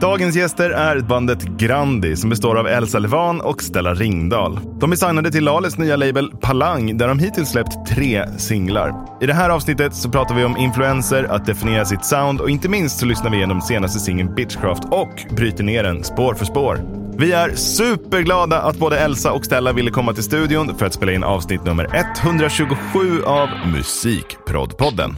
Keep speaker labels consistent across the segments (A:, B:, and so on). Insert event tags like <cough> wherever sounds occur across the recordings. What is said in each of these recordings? A: Dagens gäster är bandet Grandi som består av Elsa Levan och Stella Ringdahl. De är signade till Lales nya label Palang där de hittills släppt tre singlar. I det här avsnittet så pratar vi om influenser, att definiera sitt sound och inte minst så lyssnar vi igenom senaste singeln Bitchcraft och bryter ner den spår för spår. Vi är superglada att både Elsa och Stella ville komma till studion för att spela in avsnitt nummer 127 av Musikproddpodden.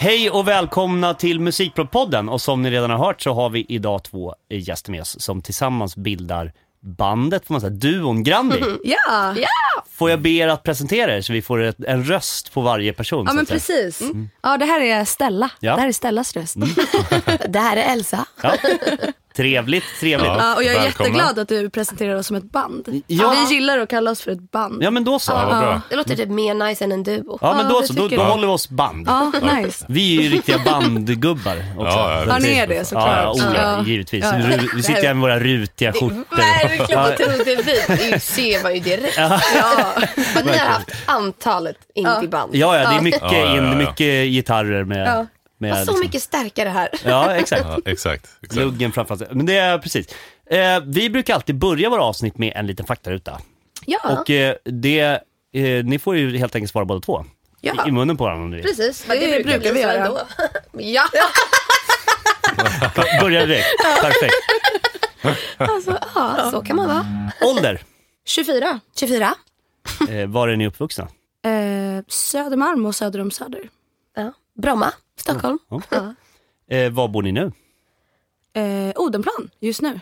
B: Hej och välkomna till Musikprodpodden och som ni redan har hört så har vi idag två gäster med oss som tillsammans bildar bandet, får man säga, duon Grandi.
C: Mm. Ja, ja,
B: Får jag be er att presentera er så vi får ett, en röst på varje person? så
C: men
B: att säga.
C: precis.
D: Mm.
C: Ja, det här är Stella.
B: Ja. Mm.
C: Det här är Stellas röst. det här är Elsa.
B: Ja. Trevligt, trevligt. Ja.
C: <laughs> Ja, och jag är
A: Välkomna.
C: jätteglad att du presenterar oss som ett band.
B: Ja.
C: Vi gillar att kalla oss för ett band.
B: men då så. Ja,
A: bra.
D: Det låter typ mer nice än en duo.
B: men
C: Ja,
B: då
C: det
B: så, då,
C: tycker
B: då
C: jag.
B: håller vi oss band.
C: Ja, nice.
B: Vi är ju riktiga bandgubbar också.
A: Ja, ja.
C: Ja, ni är det, såklart.
B: Ja, ja, oh, ja,
C: Ja.
B: givetvis.
C: Ja, ja.
B: Ru- Vi sitter här med våra rutiga skjortor.
D: Verkligen
B: Ja.
D: på tunnelbit. Det ser man ju direkt.
B: <laughs>
D: Men ni har haft antalet in till band.
B: Ja, ja, det är mycket,
A: Ja, ja, ja, ja.
B: In, mycket gitarrer med...
C: Ja.
B: med
D: Vad Så
B: liksom-
D: mycket starkare här.
B: Ja, exakt.
A: Ja, exakt. exakt.
B: Luggen framförallt. Men det är precis. Eh, vi brukar alltid börja våra avsnitt med en liten faktaruta.
C: Ja,
B: Och eh, det, eh, ni får ju helt enkelt svara båda två.
C: Ja.
B: I, I munnen på varandra om ni vill.
D: Precis,
C: Det brukar vi
D: så
C: göra.
D: ändå. <laughs> Ja,
B: Börja direkt. Perfekt.
D: ja, så kan man vara.
B: Ålder.
C: 24.
D: 24.
B: Eh, var är ni uppvuxna?
C: Eh, Södermalm och söder om Söder.
D: Ja. Bromma, Stockholm.
B: Eh, var bor ni nu?
C: Eh, Odenplan just nu.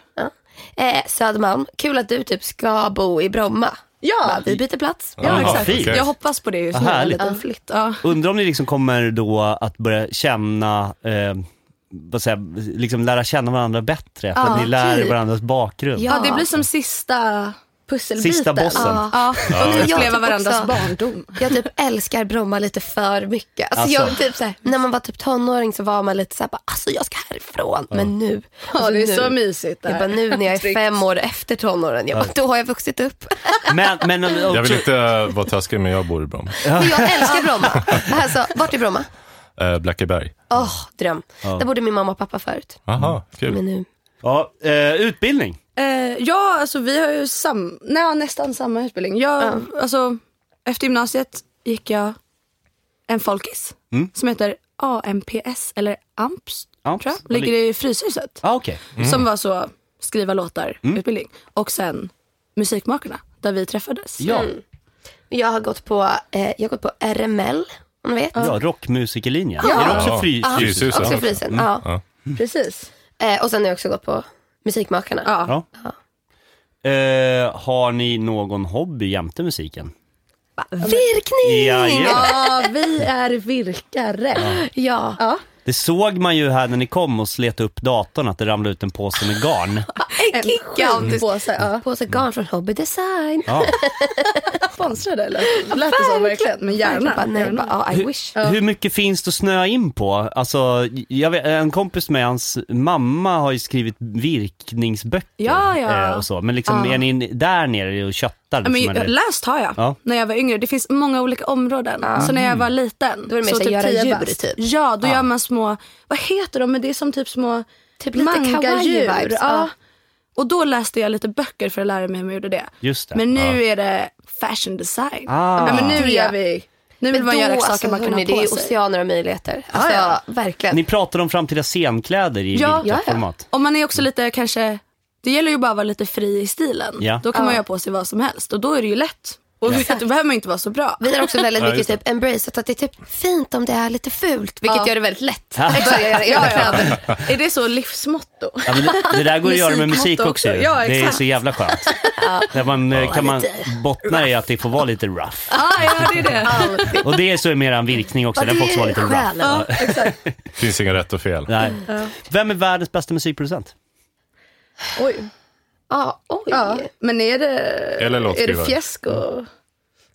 D: Eh, Södermalm. Kul att du typ ska bo i Bromma.
C: Ja,
D: Va, vi byter plats.
C: ja
B: Jaha,
C: exakt.
B: fint.
C: Jag hoppas på det just
B: Vad
C: nu. En
B: härligt.
C: liten flytt. Ja.
B: Undrar om ni liksom kommer då att börja känna eh, vad säger, jag, liksom lära känna varandra bättre för att ni lär er
C: typ.
B: varandras bakgrund.
C: Ja, det blir som sista pusselbiten.
B: Sista bossen.
C: Ja, ja.
D: men jag
C: uppleva
D: tycker
C: varandras
D: också-
C: barndom.
D: Jag typ älskar Bromma lite för mycket. Alltså
B: Alltså.
D: Jag, typ så här, när man var typ tonåring så var man lite såhär, bara, alltså jag ska härifrån. Men nu.
C: Ja,
D: alltså
C: det är
D: nu.
C: så mysigt det
D: Jag bara,
C: här.
D: nu
C: <laughs>
D: när jag är fem år efter tonåren, jag bara, då har jag vuxit upp.
B: Men, men
E: Jag vill inte eh, vara taskig, men jag bor i Bromma.
D: Och jag älskar Bromma. Alltså, vart är Bromma?
E: Eh, Blackeberg.
D: Åh, dröm. Där bodde min mamma och pappa förut.
B: Mm.
E: Aha, kul.
D: Men nu.
B: ja, eh, utbildning.
C: Eh, ja, alltså vi har ju sam- nej, nästan samma utbildning. Jag, alltså, efter gymnasiet gick jag en folkis som heter AMPS, eller AMPS,
B: Amps,
C: tror jag.
B: vad
C: Ligger i Fryshuset.
B: Ah, okay.
C: Som var så skriva låtar-utbildning. Och sen Musikmakarna, där vi träffades.
B: ja.
D: Mm. Jag har gått på, eh, jag har gått på RML, om ni vet.
B: ja, rockmusikerlinjen. Är det också fri,
D: Ja,
B: fysiskt?
E: Fryshuset.
D: Också frysen, ja.
C: Precis.
D: Eh, och sen har jag också gått på Musikmakarna.
C: Ja.
B: Ja. Eh, har ni någon hobby jämte musiken?
D: Virkning!
B: Jajamän.
C: Ja, Ah, vi är virkare.
D: Ja.
B: Det såg man ju här när ni kom och slet upp datorn att det ramlade ut en påse med garn.
D: En gigantisk
C: Påse, ja.
D: påse garn från Hobby Design.
B: Ja.
C: Sponsrade eller? Lät det så verkligen? Men gärna.
D: Jag bara, nej,
C: Gärna.
D: bara, ja, I wish.
B: Hur mycket finns det att snöa in på? Alltså, jag vet, en kompis med hans mamma har ju skrivit virkningsböcker.
C: Ja, ja.
B: eh, Och så. Men liksom,
C: Ja.
B: är ni där nere och köttar?
C: Ja,
B: Liksom,
C: Men,
B: eller?
C: läst har jag
B: Ja. Mm.
C: när jag var yngre. Det finns många olika områden. Så när jag var liten.
D: Då är det mer
C: så
D: så här, göra
C: 10
D: djur,
C: bast.
D: typ.
C: Ja, då gör man små, vad heter de? Men det är som typ små
D: Typ lite Ah.
C: manga-djur.
D: kawaii-vibes,
C: Ja.
D: ja.
C: Och då läste jag lite böcker för att lära mig hur man gjorde det.
B: Just det.
C: Men nu är det fashion design.
B: Ah.
C: Ja, men nu
D: Det.
C: gör vi, nu vill
D: Men
C: man
D: då,
C: göra saker
D: alltså,
C: man kan
D: hörni,
C: ha
D: Det är
C: på
D: ju
C: sig.
D: oceaner av möjligheter. Alltså,
C: ja.
D: Verkligen.
B: Ni pratar om framtida scenkläder i
C: Ja,
B: vilka
D: ja, ja.
B: format?
C: Om man är också lite kanske, det gäller ju bara att vara lite fri i stilen.
B: Ja.
C: Då kan man göra på sig vad som helst och då är det ju lätt. Och då behöver man inte vara så bra.
D: Vi har också väldigt
E: Ja,
D: mycket
E: just det.
D: typ embrace att det är typ fint om det är lite fult, vilket
C: Ja.
D: gör det
B: <laughs>
D: väldigt lätt.
C: Exakt, ja, ja, ja. <laughs> Är det så livsmotto?
B: Ja, men det, det där går att göra med musik
C: Musikmotto
B: också. ju.
C: Ja,
B: det är
C: exakt.
B: så jävla skönt. Där man, eh, kan man
D: Lite
B: bottna i att det får vara lite rough.
C: Ja, Ah, ja, det är det.
B: Och det är så mer en virkning också.
D: Ja,
B: Den får också vara lite rough.
D: själen.
C: Ja, exakt.
E: Finns inga rätt och fel.
B: Nej. Vem är världens bästa musikproducent?
C: Oj.
D: Ja, Ah, oj.
C: Ja, Mm.
D: Ja.
C: men är det,
E: Eller
C: är
E: låtskrivare.
C: det fjäsk att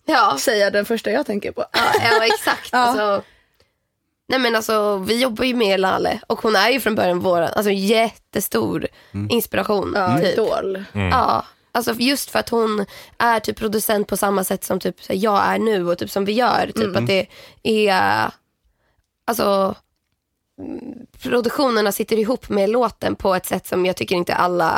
D: Ja.
C: säga den första jag tänker på? Ah,
D: ja, exakt. Alltså, nej men alltså, vi jobbar ju med Lalle och
B: Mm.
D: hon är ju från början vår alltså, jättestor inspiration.
C: Ja,
D: typ.
C: Idol.
D: Ja. Alltså just för att hon är typ producent på samma sätt som typ så här, jag är nu och typ som vi gör. Typ att det är, alltså mm, produktionerna sitter ihop med låten på ett sätt som jag tycker inte alla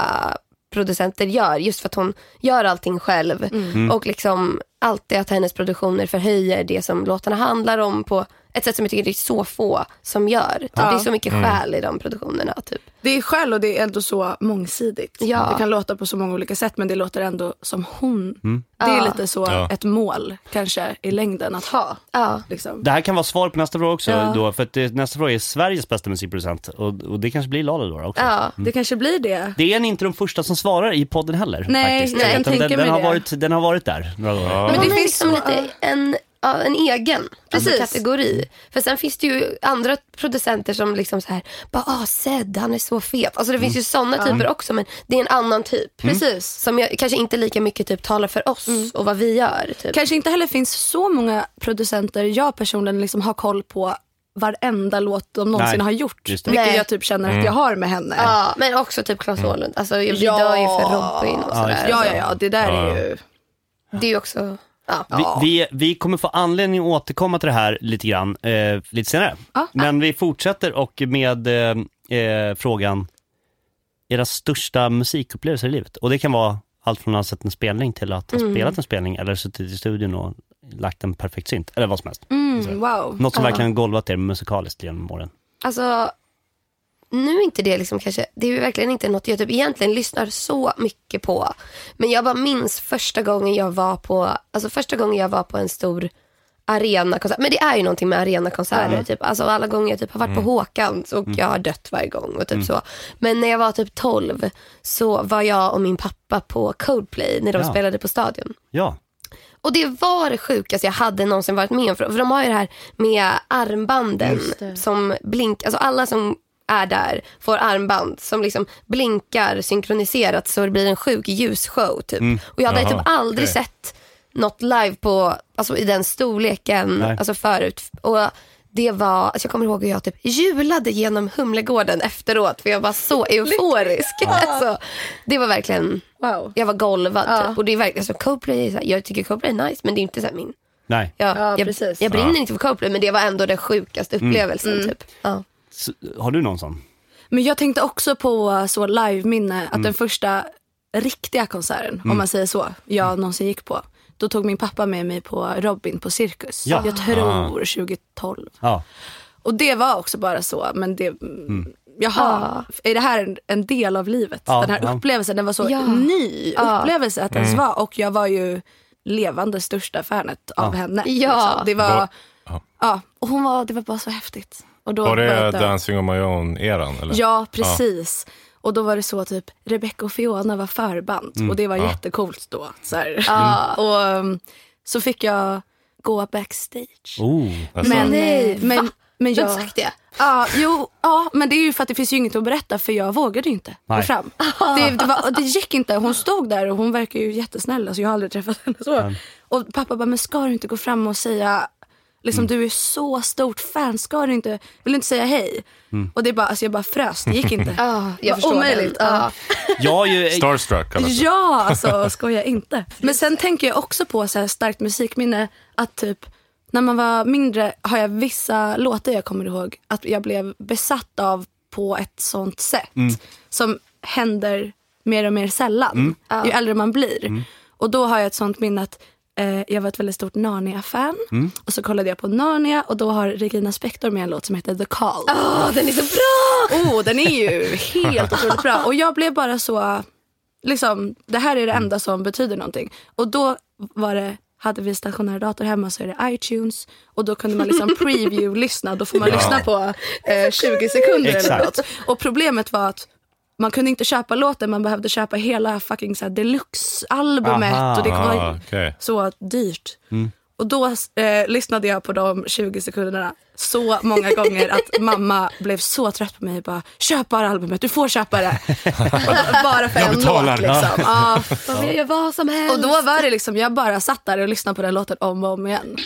D: producenter gör. Just för att hon gör allting själv. Och liksom alltid att hennes produktioner förhöjer det som låtarna handlar om på ett sätt som jag tycker det är så få som gör. Typ, Det är så mycket själ i de produktionerna. Typ.
C: Det är själ och det är ändå så mångsidigt.
D: Ja.
C: Det kan låta på så många olika sätt men det låter ändå som hon. Det är
D: Ja.
C: lite så
E: Mm. Ja.
C: ett mål kanske i längden att ha.
D: Ja.
C: Liksom.
B: Det här kan vara svar på nästa fråga också.
D: Ja.
B: Då, för att det, nästa fråga är Sveriges bästa musikproducent. Och, och det kanske blir Lale då också.
D: Ja.
C: Det
E: Mm.
C: kanske blir det.
B: Det är ni inte de första som svarar i podden heller.
C: Nej,
B: faktiskt.
C: nej, jag
B: Utan
C: tänker
B: den,
C: mig
B: den, har
C: det.
B: varit, den har varit där några gånger.
D: Men
C: Hon
D: det
C: är
D: finns
C: liksom-
D: liksom lite en, ja, en egen alltså,
C: Precis.
D: kategori. För sen finns det ju andra producenter som liksom så här, bara ah Zed han är så fet. Alltså det finns ju sådana typer också men det är en annan typ. Precis. Som jag, kanske inte lika mycket typ talar för oss och vad vi gör. Typ.
C: Kanske inte heller finns så många producenter jag personligen liksom har koll på varenda låt de någonsin
B: Nej,
C: har gjort.
B: just
C: Vilket
B: det. Mm.
D: Nej.
C: jag typ känner att jag har med henne.
D: Ja, men också typ Claes Åhlund. Alltså vi
C: Ja.
D: dör ju för Robin och sådär.
C: Ja, ja, ja, det där
E: Ja.
C: är ju...
D: Det är ju också, ja.
B: Vi, vi, vi kommer få anledning att återkomma till det här lite grann eh, lite senare.
C: Ja.
B: Men vi fortsätter och med eh, eh, frågan era största musikupplevelser i livet. Och det kan vara allt från att ha sett en spelning till att ha
D: Mm.
B: spelat en spelning eller suttit i studion och lagt en perfekt synt eller vad som helst.
C: Mm, wow.
B: Något som verkligen golvat er musikaliskt genom åren.
D: Alltså, nu är inte det liksom kanske, det är ju verkligen inte något jag typ egentligen lyssnar så mycket på. Men jag bara minns första gången jag var på, alltså första gången jag var på en stor arenakonsert. Men det är ju någonting med arenakonserter. Typ. Alltså alla gånger jag typ har varit på Håkan och jag har dött varje gång. Och typ så. Men när jag var typ 12 så var jag och min pappa på Coldplay när de
B: Ja.
D: spelade på Stadion.
B: Ja,
D: Och det var det sjukaste jag hade någonsin varit med om. För för de har ju det här med armbanden som blinkar. Alltså alla som är där får armband som liksom blinkar synkroniserat så det blir en sjuk ljusshow typ. Och jag hade
E: Jaha,
D: typ aldrig
E: okej.
D: sett något live på, alltså i den storleken
B: Nej.
D: alltså förut. Och det var, alltså jag kommer ihåg hur jag typ julade genom Humlegården efteråt för jag var så euforisk. Alltså, det var verkligen
C: Wow.
D: jag var golvad.
C: Ja.
D: Typ. Och det är verkligen, alltså, Coldplay är så här, jag tycker Coldplay är nice men det är inte så här min.
B: nej.
D: Jag,
C: Ja,
D: jag,
C: precis. Mm.
D: jag brinner inte för Coldplay men det var ändå den sjukaste
B: Mm.
D: upplevelsen. Typ. Ja.
B: Så, har du någon sån?
C: Men jag tänkte också på så live-minne, att
B: Mm.
C: den första riktiga konserten, om man säger så, jag någonsin gick på. Då tog min pappa med mig på Robin på Cirkus.
B: Ja. Ah.
C: Jag tror 2012.
B: Ja.
C: Och det var också bara så, men det... Jaha, är det här en, en del av livet?
B: Ja,
C: den här
B: ja.
C: upplevelsen, den var så
D: Ja.
C: ny upplevelse att ens vara. Och jag var ju levande största fanet av henne.
D: Ja.
C: liksom. Det var...
E: Var-
C: Ja.
E: ja.
C: och hon var, det var bara så häftigt. Och då
E: Var det
C: jag död.
E: Dancing on my own-eran? eller?
C: Ja, precis. Och då var det så typ Rebecca och Fiona var förband och det var jättecoolt då. Så, här. och, um, så fick jag gå backstage.
B: Oh.
E: Alltså,
C: Men,
D: Nej,
C: men, men
D: Vem
C: jag...
D: sagt det?
C: Ja, jo, ja, men det är ju för att det finns ju inget att berätta för jag vågade ju inte gå
B: Nej.
C: fram. Det, det, var, och det gick inte. Hon stod där och hon verkar ju jättesnäll. Alltså jag har aldrig träffat henne så. Och pappa bara, men ska du inte gå fram och säga Liksom, Du är så stort fan, ska du inte, vill du inte säga hej? Och det är bara, alltså jag bara frös, det gick inte.
D: <laughs> Ja, jag
C: Ah, Vad
D: förstår
C: omöjligt.
D: den. Ah. Ja.
B: Jag har ju...
E: Starstruck kallas det.
C: Ja, alltså skoja inte. Men sen tänker jag också på så här starkt musikminne. Att typ när man var mindre har jag vissa låtar jag kommer ihåg att jag blev besatt av på ett sånt sätt.
E: Mm.
C: Som händer mer och mer sällan
E: Mm.
C: ju äldre man blir. Och då har jag ett sånt minne att eh, jag var ett väldigt stort Narnia-fan.
E: Mm.
C: Och så kollade jag på Narnia och då har Regina Spektor med en låt som heter The Call.
D: Åh, Ah, den är så bra!
C: Oh, den är ju helt otroligt bra. Och jag blev bara så, liksom, det här är det enda som betyder någonting. Och då var det, hade vi stationär dator hemma så är det iTunes och då kunde man liksom preview-lyssna. Då får man lyssna på eh, 20 sekunder eller
B: Exakt.
C: något. Och problemet var att man kunde inte köpa låten, man behövde köpa hela fucking så här
B: Aha.
C: deluxe-albumet. Och det
E: Ah,
C: var
E: okej. Mm.
C: så dyrt. Och då eh, lyssnade jag på de 20 sekunderna så många gånger
E: <laughs>
C: att mamma blev så trött på mig. Bara, köp bara albumet, du får köpa
E: <laughs>
C: det. bara för
E: Jag
C: en
E: betalar.
C: låt. Liksom. Ja.
D: Jag vill göra <laughs> vad som helst.
C: Och då var det liksom, jag bara satt där och lyssnade på den låten om och om igen.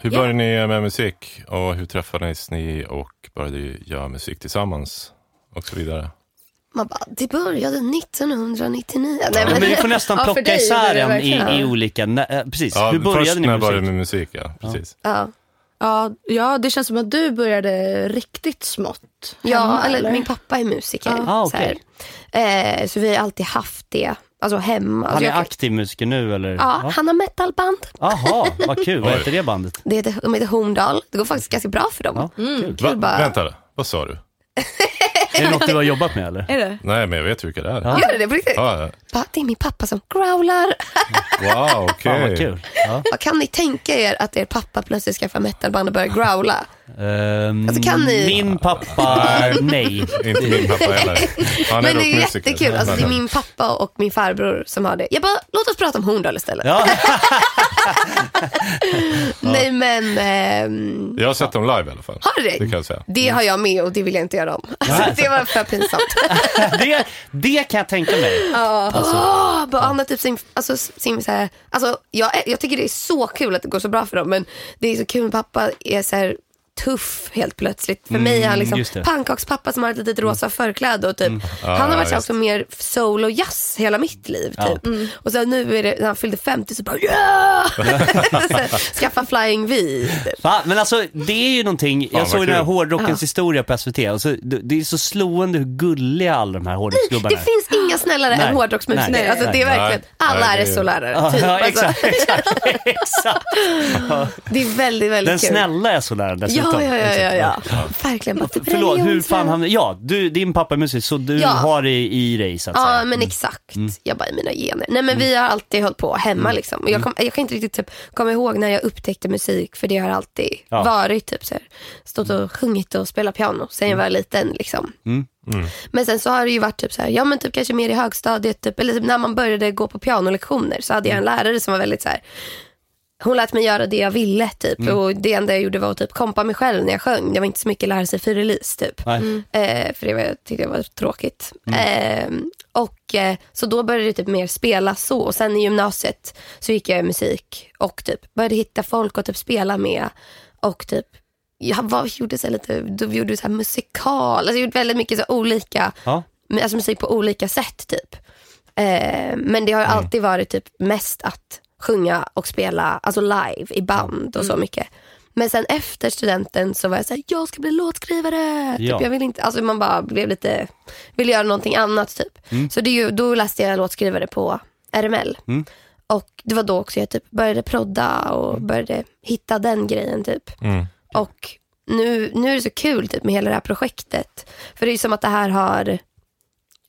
E: Hur började ni med musik och hur träffades ni och började göra musik tillsammans? Och så vidare.
D: Man bara, det började 1999. Nej,
B: Men vi får nästan
D: Ja, för
B: plocka
D: dig
B: isär
D: gjorde det
B: den i,
D: verkligen.
B: i olika... Nä, eh, precis,
E: Ja,
B: hur började
E: först
B: ni
E: när
B: med
E: jag började
B: musik?
E: med musik, ja. Precis.
D: Ja,
C: Ja, ja, det känns som att du började riktigt smått.
D: ja
C: hemma,
D: eller, min pappa är musiker.
B: Ah,
D: så, här. Eh, så vi har alltid haft det, alltså hemma.
B: Han
D: Alltså,
B: är
D: jag-
B: aktiv musiker nu eller?
D: Ja, han har metalband.
B: Jaha, vad kul. Vad
E: Oj.
B: heter det bandet?
D: Det heter, de heter Horndal. Det går faktiskt ganska bra för dem.
B: Ja, kul.
E: Va,
D: bara-
E: Vänta, vad sa du?
B: Är det något du har jobbat med eller?
C: Är det?
E: Nej, men jag vet vilka det är.
B: Ja.
D: Gör det det på riktigt?
E: Ja.
D: Bara, det är min pappa som growlar.
E: Wow, okej.
B: <laughs> Fan vad kul. Ja.
D: Vad kan ni tänka er att er pappa plötsligt skaffar metalband och börjar growla?
B: Ehm,
D: Alltså, kan ni-
B: Min pappa,
E: <laughs>
B: nej.
E: Inte min pappa heller. Han
D: Men
E: är
D: det är
E: rockmusiker.
D: jättekul. Alltså, det är min pappa och min farbror som har det. Jag bara, låt oss prata om Horndal istället.
B: Ja. <laughs>
D: Nej men, ehm,
E: Jag har sett dem live i alla fall.
D: har du det?
E: Det kan jag säga.
D: Det har jag med och det vill jag inte göra om. Alltså, <laughs> det var för pinsamt.
B: Det, det kan jag tänka mig. Alltså,
D: Åh, bara Anna typ sin, alltså, sin så här, alltså, jag, jag tycker det är så kul att det går så bra för dem men det är så kul när pappa är så här tuff helt plötsligt. För mig är han
B: Mm, just det. Mm.
D: liksom pannkakspappa som har ett litet rosa förkläde och typ, han har varit så
E: ja,
D: här
E: just.
D: också mer soul och jazz hela mitt liv
B: Ja. Mm.
D: typ. Och så nu är det, när han fyllde 50 så
B: <laughs>
D: bara yeah! så här, skaffa flying V. Typ.
B: Va? Men alltså det är ju någonting, jag
E: vad
B: såg den här
E: kul.
B: hårdrockens historia på SVT, alltså, det, det är så slående hur gulliga alla de här hårdrocksgubbarna
D: Det finns inga snällare
B: Nej.
D: än hårdrocksmusiker.
B: Nej.
D: Alltså, det är
E: Nej.
D: verkligen,
E: Nej,
D: alla
E: det
D: är
E: är ju-
D: SO-lärare.
B: <laughs> Ja,
D: Typ.
B: ja,
D: Alltså,
B: exakt, exakt, exakt.
D: det är väldigt, väldigt
B: Den
D: kul.
B: snälla är så lärare dessutom.
D: Ja, ja, ja, ja, ja. Verkligen. Bara, typ
B: Förlåt, hur fan
D: religionslärare.
B: hamnade... Ja, du, din pappa är musiker, så du
D: Ja.
B: har det i dig så att
D: Ja,
B: säga.
D: men exakt.
B: Mm.
D: Jag bara, i mina gener. Nej, men vi har alltid hållit på hemma liksom. Och jag,
B: Mm.
D: kom, jag kan inte riktigt typ, komma ihåg när jag upptäckte musik, för det har alltid
B: Ja. Mm.
D: varit typ så här, stått och sjungit och spelat piano sen jag var liten liksom. Men sen så har det ju varit typ så här, ja men typ kanske mer i högstadiet, typ, eller typ när man började gå på pianolektioner så hade jag en
B: Mm.
D: lärare som var väldigt så här, hon lät mig göra det jag ville typ och det enda jag gjorde var att typ kompa mig själv när jag sjöng. Det var inte så mycket lära sig fyrilis typ.
B: Nej.
D: Eh, för det var, jag tyckte jag var tråkigt. Eh, och, eh, så då började det typ mer spela så. Och sen i gymnasiet så gick jag i musik och typ började hitta folk att typ spela med. Och typ, jag var, gjorde så här lite, då gjorde så här musikal. Alltså jag gjorde väldigt mycket så här olika,
B: Ja.
D: alltså musik på olika sätt typ. Eh, men det har ju alltid varit typ mest att sjunga och spela, alltså live i band och så mycket. Men sen efter studenten så var jag såhär, jag ska bli låtskrivare.
B: Ja.
D: Typ, jag vill inte, alltså man bara blev lite, ville göra någonting annat typ. Så det, är ju- då läste jag låtskrivare på RML. Och det var då också jag typ började prodda och började hitta den grejen typ. Och nu, nu är det så kul typ, med hela det här projektet. För det är ju som att det här har,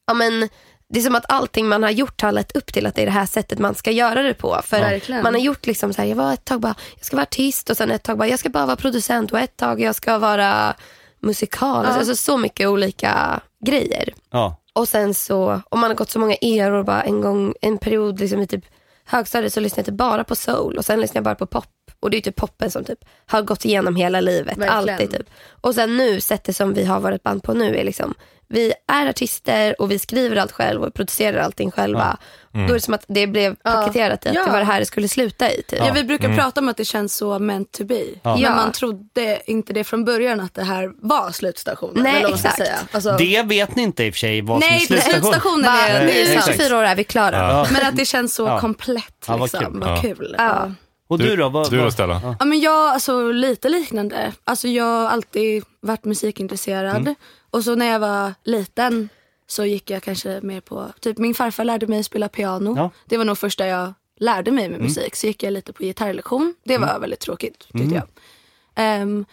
D: ja men det är som att allting man har gjort har lett upp till att det är det här sättet man ska göra det på. För
C: Verkligen.
D: man har gjort liksom så här, jag var ett tag bara, jag ska vara artist och sen ett tag bara, jag ska bara vara producent och ett tag jag ska vara musikal. Alltså så mycket olika grejer.
B: Ja.
D: Och sen så, om man har gått så många eror, bara en gång, en period liksom i typ högstadiet så lyssnade jag typ bara på soul och sen lyssnade jag bara på pop. Och det är typ poppen som typ har gått igenom hela livet.
C: Verkligen.
D: Alltid typ. Och sen nu, sättet som vi har varit band på nu är liksom, vi är artister och vi skriver allt själv och producerar allting själva. Då är det som att det blev paketerat i att
C: Ja.
D: det var det här det skulle sluta i. Typ.
C: Ja, vi brukar
E: Mm.
C: prata om att det känns så meant to be.
D: Ja.
C: Men man trodde inte det från början att det här var slutstationen.
D: Nej,
C: eller vad man ska
D: exakt.
C: säga. Alltså,
B: Det vet ni inte i och för sig vad
C: nej,
B: som är slutstation.
C: slutstationen
D: Va?
C: är, det är
D: Nu
C: ju
D: är
B: exakt.
C: sant.
D: 24 år är vi klara.
C: Men att det känns så komplett.
B: Ja, vad
C: Liksom.
B: kul.
E: Ja.
C: Vad kul.
D: Ja.
B: Och du, då? Vad,
E: Du då
B: vad-
E: Stellan?
C: Ja, men jag, alltså, lite liknande. Alltså, jag har alltid varit musikintresserad.
B: Mm.
C: Och så när jag var liten så gick jag kanske mer på... Typ min farfar lärde mig spela piano.
B: Ja. Mm.
C: Det var nog första jag lärde mig med musik. Så gick jag lite på gitarrlektion. Det var väldigt tråkigt tyckte
B: Mm.
C: jag. Ehm,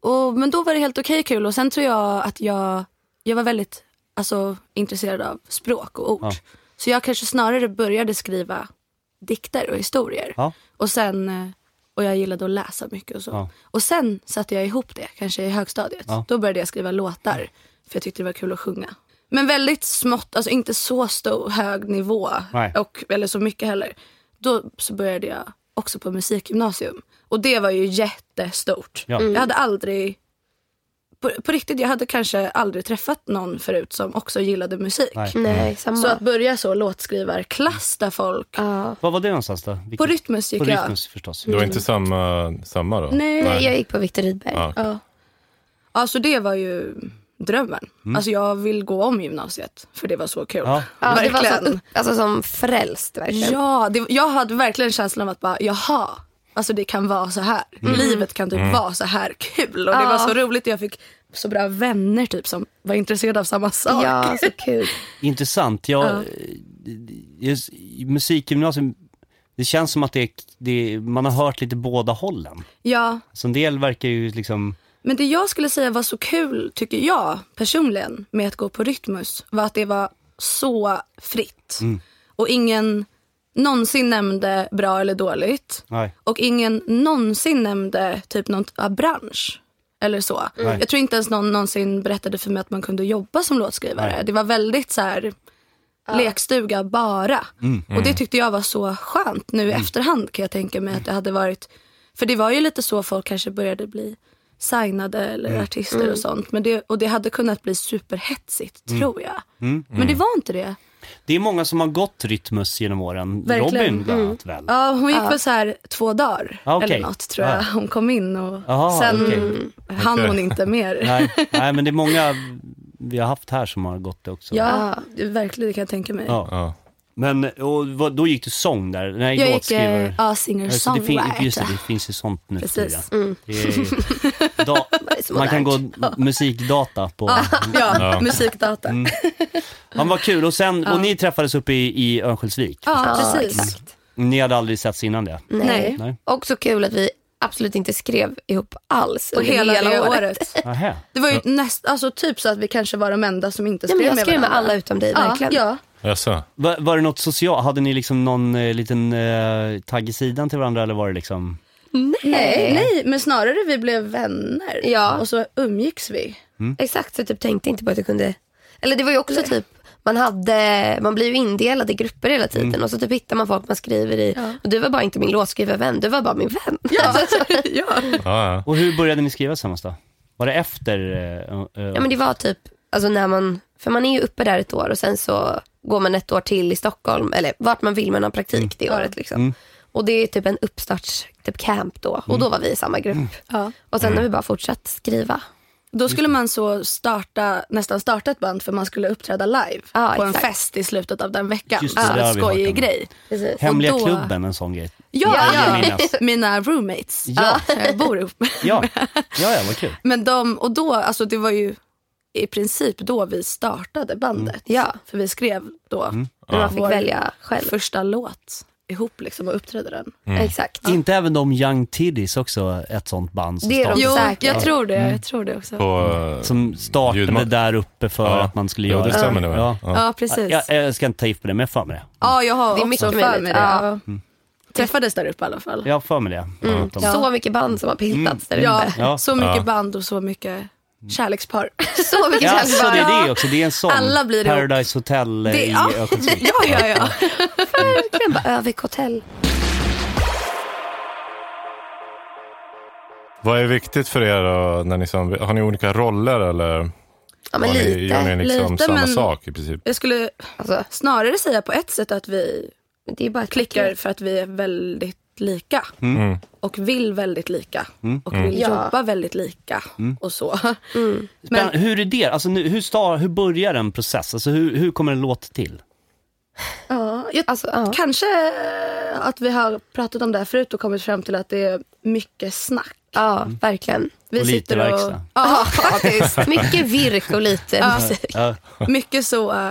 C: och, men då var det helt okej kul. Och sen tror jag att jag, jag var väldigt alltså, intresserad av språk och ord.
B: Ja.
C: Så jag kanske snarare började skriva dikter och historier.
B: Ja.
C: Och sen, eh, och jag gillade att läsa mycket och så.
B: Ja.
C: Och sen satte jag ihop det, kanske i högstadiet.
B: Ja.
C: Då började jag skriva låtar, för jag tyckte det var kul att sjunga. Men väldigt smått, alltså inte så stor, hög nivå,
B: Nej.
C: och, eller så mycket heller. Då så började jag också på musikgymnasium. Och det var ju jättestort.
B: Ja.
C: Jag hade aldrig på, på riktigt, jag hade kanske aldrig träffat någon förut som också gillade musik.
B: Nej.
D: Nej, samma.
C: Så att börja så låtskrivarklass där folk...
D: ja.
B: Vad var det någonstans då? Vilket-
C: På Rytmus gick
B: på
C: jag. Mm.
B: Rytmus förstås.
E: Det var inte samma, samma då?
C: Nej,
D: Nej, jag gick på Viktor Rydberg.
E: Ja, okej.
C: Alltså det var ju drömmen. Alltså jag vill gå om gymnasiet för det var så kul.
B: Ja.
D: Ja, det var så,
C: verkligen.
D: upp- alltså, som frälst verkligen.
C: Ja, det, jag hade verkligen känslan av att bara jaha, alltså det kan vara så här. Livet kan typ vara så här kul och det
D: Ja.
C: var så roligt och jag fick så bra vänner typ som var intresserade av samma sak.
D: Ja, så kul.
B: Intressant. Jag, just, i musikgymnasium, det känns som att det, det, man har hört lite båda hållen.
C: ja.
B: Så en del verkar ju liksom,
C: Men det jag skulle säga var så kul, tycker jag personligen, med att gå på Rytmus var att det var så fritt. Och ingen någonsin nämnde bra eller dåligt.
B: nej.
C: Och ingen någonsin nämnde typ någon typ av bransch. Eller så.
B: Nej.
C: Jag tror inte ens någon någonsin berättade för mig att man kunde jobba som låtskrivare.
B: Nej.
C: Det var väldigt så här lekstuga bara.
B: Mm.
C: Och det tyckte jag var så skönt nu i efterhand kan jag tänka mig att det hade varit. För det var ju lite så folk kanske började bli signade eller
B: Mm.
C: artister och sånt. Men det, och det hade kunnat bli superhetsigt
B: Mm.
C: tror jag. Men det var inte det.
B: Det är många som har gått Rytmus genom åren.
C: Verkligen. Mm.
B: Robin bland annat väl?
C: Ja, hon gick väl så här två dagar
B: Ah, okej.
C: eller något tror
B: Ah.
C: jag. Hon kom in och
B: Aha,
C: sen
B: okej.
C: hann
E: Okej.
C: hon inte mer.
B: Nej, nej, men det är många vi har haft här som har gått det också.
D: Ah.
C: ja, verkligen det kan jag tänka mig.
B: Ja.
E: Ja.
B: Men och, vad, då gick du sång där? Nej,
C: jag gick
B: låtskrivare.
C: eh, ja,
B: Alltså, det fin- just det,
C: singer-songwriter.
B: det finns ju sånt nu för tiden.
D: Mm.
C: Precis.
B: Det är- da- Man kan gå musikdata på...
C: <laughs> Ja,
E: Ja.
C: musikdata.
B: Mm. Ja, men vad kul. Och, sen, och ni träffades uppe i, i Örnsköldsvik.
C: Ja,
D: Ja,
C: precis.
D: exakt.
B: Ni hade aldrig setts innan det?
D: Nej.
C: Nej.
B: Nej.
D: Och så kul att vi absolut inte skrev ihop alls
C: På
D: under
C: hela, det året.
B: Nähä.
C: Det var ju näst, alltså, typ så att vi kanske var de enda som inte
D: Ja,
C: skrev
D: men jag
C: med
D: skrev med
C: varandra.
D: alla utom dig, verkligen.
C: Ja, ja.
E: Jaså?
B: Var, var det något socialt? Hade ni liksom någon eh, liten eh, tagg i sidan till varandra eller var det liksom?
C: Nej. Nej, men snarare vi blev vänner
D: Eh. Ja.
C: och så umgicks
D: <laughs>
C: vi.
B: Mm.
D: Exakt, så typ tänkte inte på att jag kunde... Eller det var ju också typ, man, hade, man blir ju indelad i grupper hela tiden
B: Mm.
D: och så typ hittar man folk man skriver i. Och du var bara inte min låtskrivarvän, du var bara min vän. Alltså, så-
C: ja.
E: Ja, ja.
B: Och hur började ni skriva tillsammans då? Var det efter? eh, eh,
D: ja men det var typ, alltså när man, för man är ju uppe där ett år och sen så går man ett år till i Stockholm, eller vart man vill men har praktik det
B: Mm.
D: året liksom. Och det är typ en uppstarts, typ camp då. Och
B: Mm.
D: då var vi i samma grupp.
C: Ja.
D: Och sen har vi bara fortsatt skriva.
C: Då skulle man så starta, nästan starta ett band för man skulle uppträda live
D: Ja,
C: på
D: exakt.
C: en fest i slutet av den veckan.
B: Just det,
C: Som
B: det har
C: en
B: vi hört
C: skojig
B: om.
C: grej.
D: Precis.
B: Hemliga
C: och då-
B: klubben, en sån grej.
C: Ja,
B: Jag
C: ja.
B: minns.
C: mina roommates.
B: Ja.
C: som Jag bor ihop med.
B: Ja, ja, ja vad kul.
C: Men de, och då, alltså det var ju i princip då vi startade bandet.
D: Mm. Ja.
C: För vi skrev då
B: Mm.
D: Men man <laughs> fick
C: Vår
D: välja själv.
C: första låt ihop liksom och uppträdde den.
B: Mm.
D: Exakt.
B: Inte även de Young Tiddies också ett sånt band som
D: Det är de
B: startade?
C: Jo,
D: säkert.
C: jag tror det.
B: Mm.
C: Jag tror det också.
E: På,
B: Som startade
E: Ljudma-
B: där uppe för
E: Ja.
B: att man skulle
E: jo,
B: göra
E: det stämmer nog.
B: Ja.
E: Ja. Ja.
C: Ja, precis. Ja,
B: Jag, jag ska inte ta gift på det, men jag har för mig det.
C: jag har
D: Det är mycket
C: också för mig
D: möjligt,
C: det.
D: ja.
C: Ja.
B: Mm.
C: Träffades där uppe i alla fall.
B: Jag har för mig det.
C: Mm.
B: Att de-
D: Så mycket band som har piltats där
C: Ja,
D: ute.
B: Mm. Ja. Mm.
C: så mycket band och så mycket kärlekspar.
D: <laughs> Så mycket
B: Ja,
D: kärlek
B: så
D: bara.
B: det är det också. Det är en sån.
C: Alla blir ihop.
B: Paradise Hotel det, i
C: ja.
B: Örnsköldsvik.
C: <laughs> ja, ja, ja.
D: Verkligen bara Övik hotell.
E: Vad är viktigt för er då, när ni sam- Har ni olika roller eller
D: Ja men
E: har ni, gör ni
D: lite.
E: liksom
C: lite,
E: samma
C: men-
E: sak i princip?
C: Jag skulle
D: Alltså,
C: snarare säga på ett sätt att vi
D: det är bara ett
C: klickar för att vi är väldigt lika.
B: Mm.
C: Och vill väldigt lika. Och vill
D: Ja.
C: jobba väldigt lika.
B: Mm.
C: Och så.
B: Men hur är det? Alltså, nu, hur, sta, hur börjar en process? Alltså, hur, hur kommer en låt till?
C: Ja, jag,
D: Alltså, ja.
C: Kanske eh, att vi har pratat om det här förut och kommit fram till att det är mycket snack.
D: Ja, verkligen.
C: Vi
B: Och lite verkstad.
C: Ja, <laughs> faktiskt.
D: Mycket virk och lite musik.
B: Ja.
C: Mycket så. eh,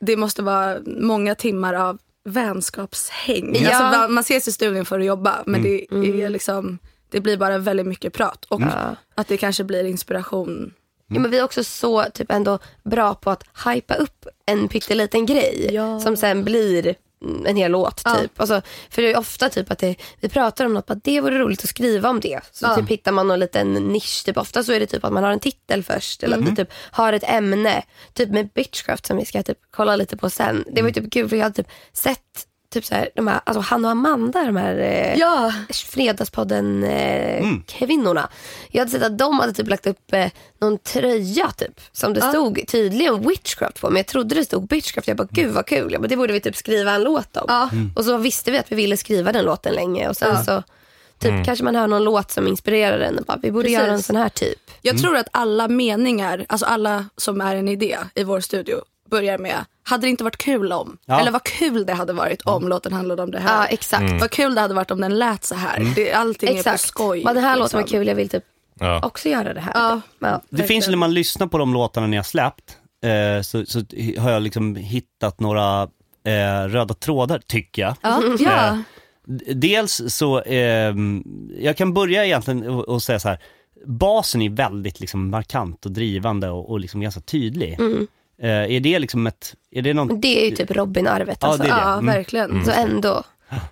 C: Det måste vara många timmar av vänskapshäng.
D: Ja. Mm.
C: Alltså, va- man ses i studion för att jobba men det är liksom det blir bara väldigt mycket prat och
D: Mm.
C: att det kanske blir inspiration.
D: Ja, men vi är också så typ ändå bra på att hypa upp en pytteliten grej
C: Ja.
D: som sen blir mm, en hel låt typ. Alltså, för det är ofta typ att det, vi pratar om något, bara, det vore roligt att skriva om det. Så typ hittar man någon liten nisch. Typ. Ofta så är det typ att man har en titel först eller att vi typ har ett ämne. Typ med bitchcraft som vi ska typ kolla lite på sen. Det var ju typ kul för jag hade typ sett typ så här, de här, alltså Hanna och Amanda, de här eh,
C: Ja.
B: Mm.
D: Fredagspodden-kvinnorna. eh, Jag hade sett att de hade typ lagt upp eh, någon tröja typ som det stod tydligen witchcraft på. Men jag trodde det stod bitchcraft. Jag bara, gud vad kul. Jag bara, det borde vi typ skriva en låt om.
C: Ja.
B: Mm.
D: Och så visste vi att vi ville skriva den låten länge. Och sen så typ
B: Mm.
D: kanske man hör någon låt som inspirerar en. Och bara, vi borde
C: Precis.
D: göra en sån här typ.
C: Jag tror att alla meningar, alltså alla som är en idé i vår studio börjar med hade det inte varit kul om?
B: Ja.
C: Eller vad kul det hade varit om låten handlade om det här. Mm.
D: Ja, exakt.
B: Mm.
C: Vad kul det hade varit om den lät så här. Det, allting är på
D: Exakt.
C: skoj.
D: Bara, den här
C: liksom.
D: låten var kul. Jag vill typ
E: Ja.
D: också göra det här.
C: Ja.
D: Ja,
B: Det finns ju när man lyssnar på de låtarna ni har släppt, eh, så, så har jag liksom hittat några eh, röda trådar, tycker jag.
C: Ja.
D: Mm.
B: Eh,
C: ja.
B: d- dels så, ehm, jag kan börja egentligen och, och säga så här, basen är väldigt liksom markant och drivande och, och liksom ganska tydlig. Eh, är det liksom ett, är det någon,
D: Det är ju typ Robin-arvet.
B: Ja,
D: Alltså.
B: det är det.
C: ja,
B: Mm.
C: verkligen.
D: Så ändå.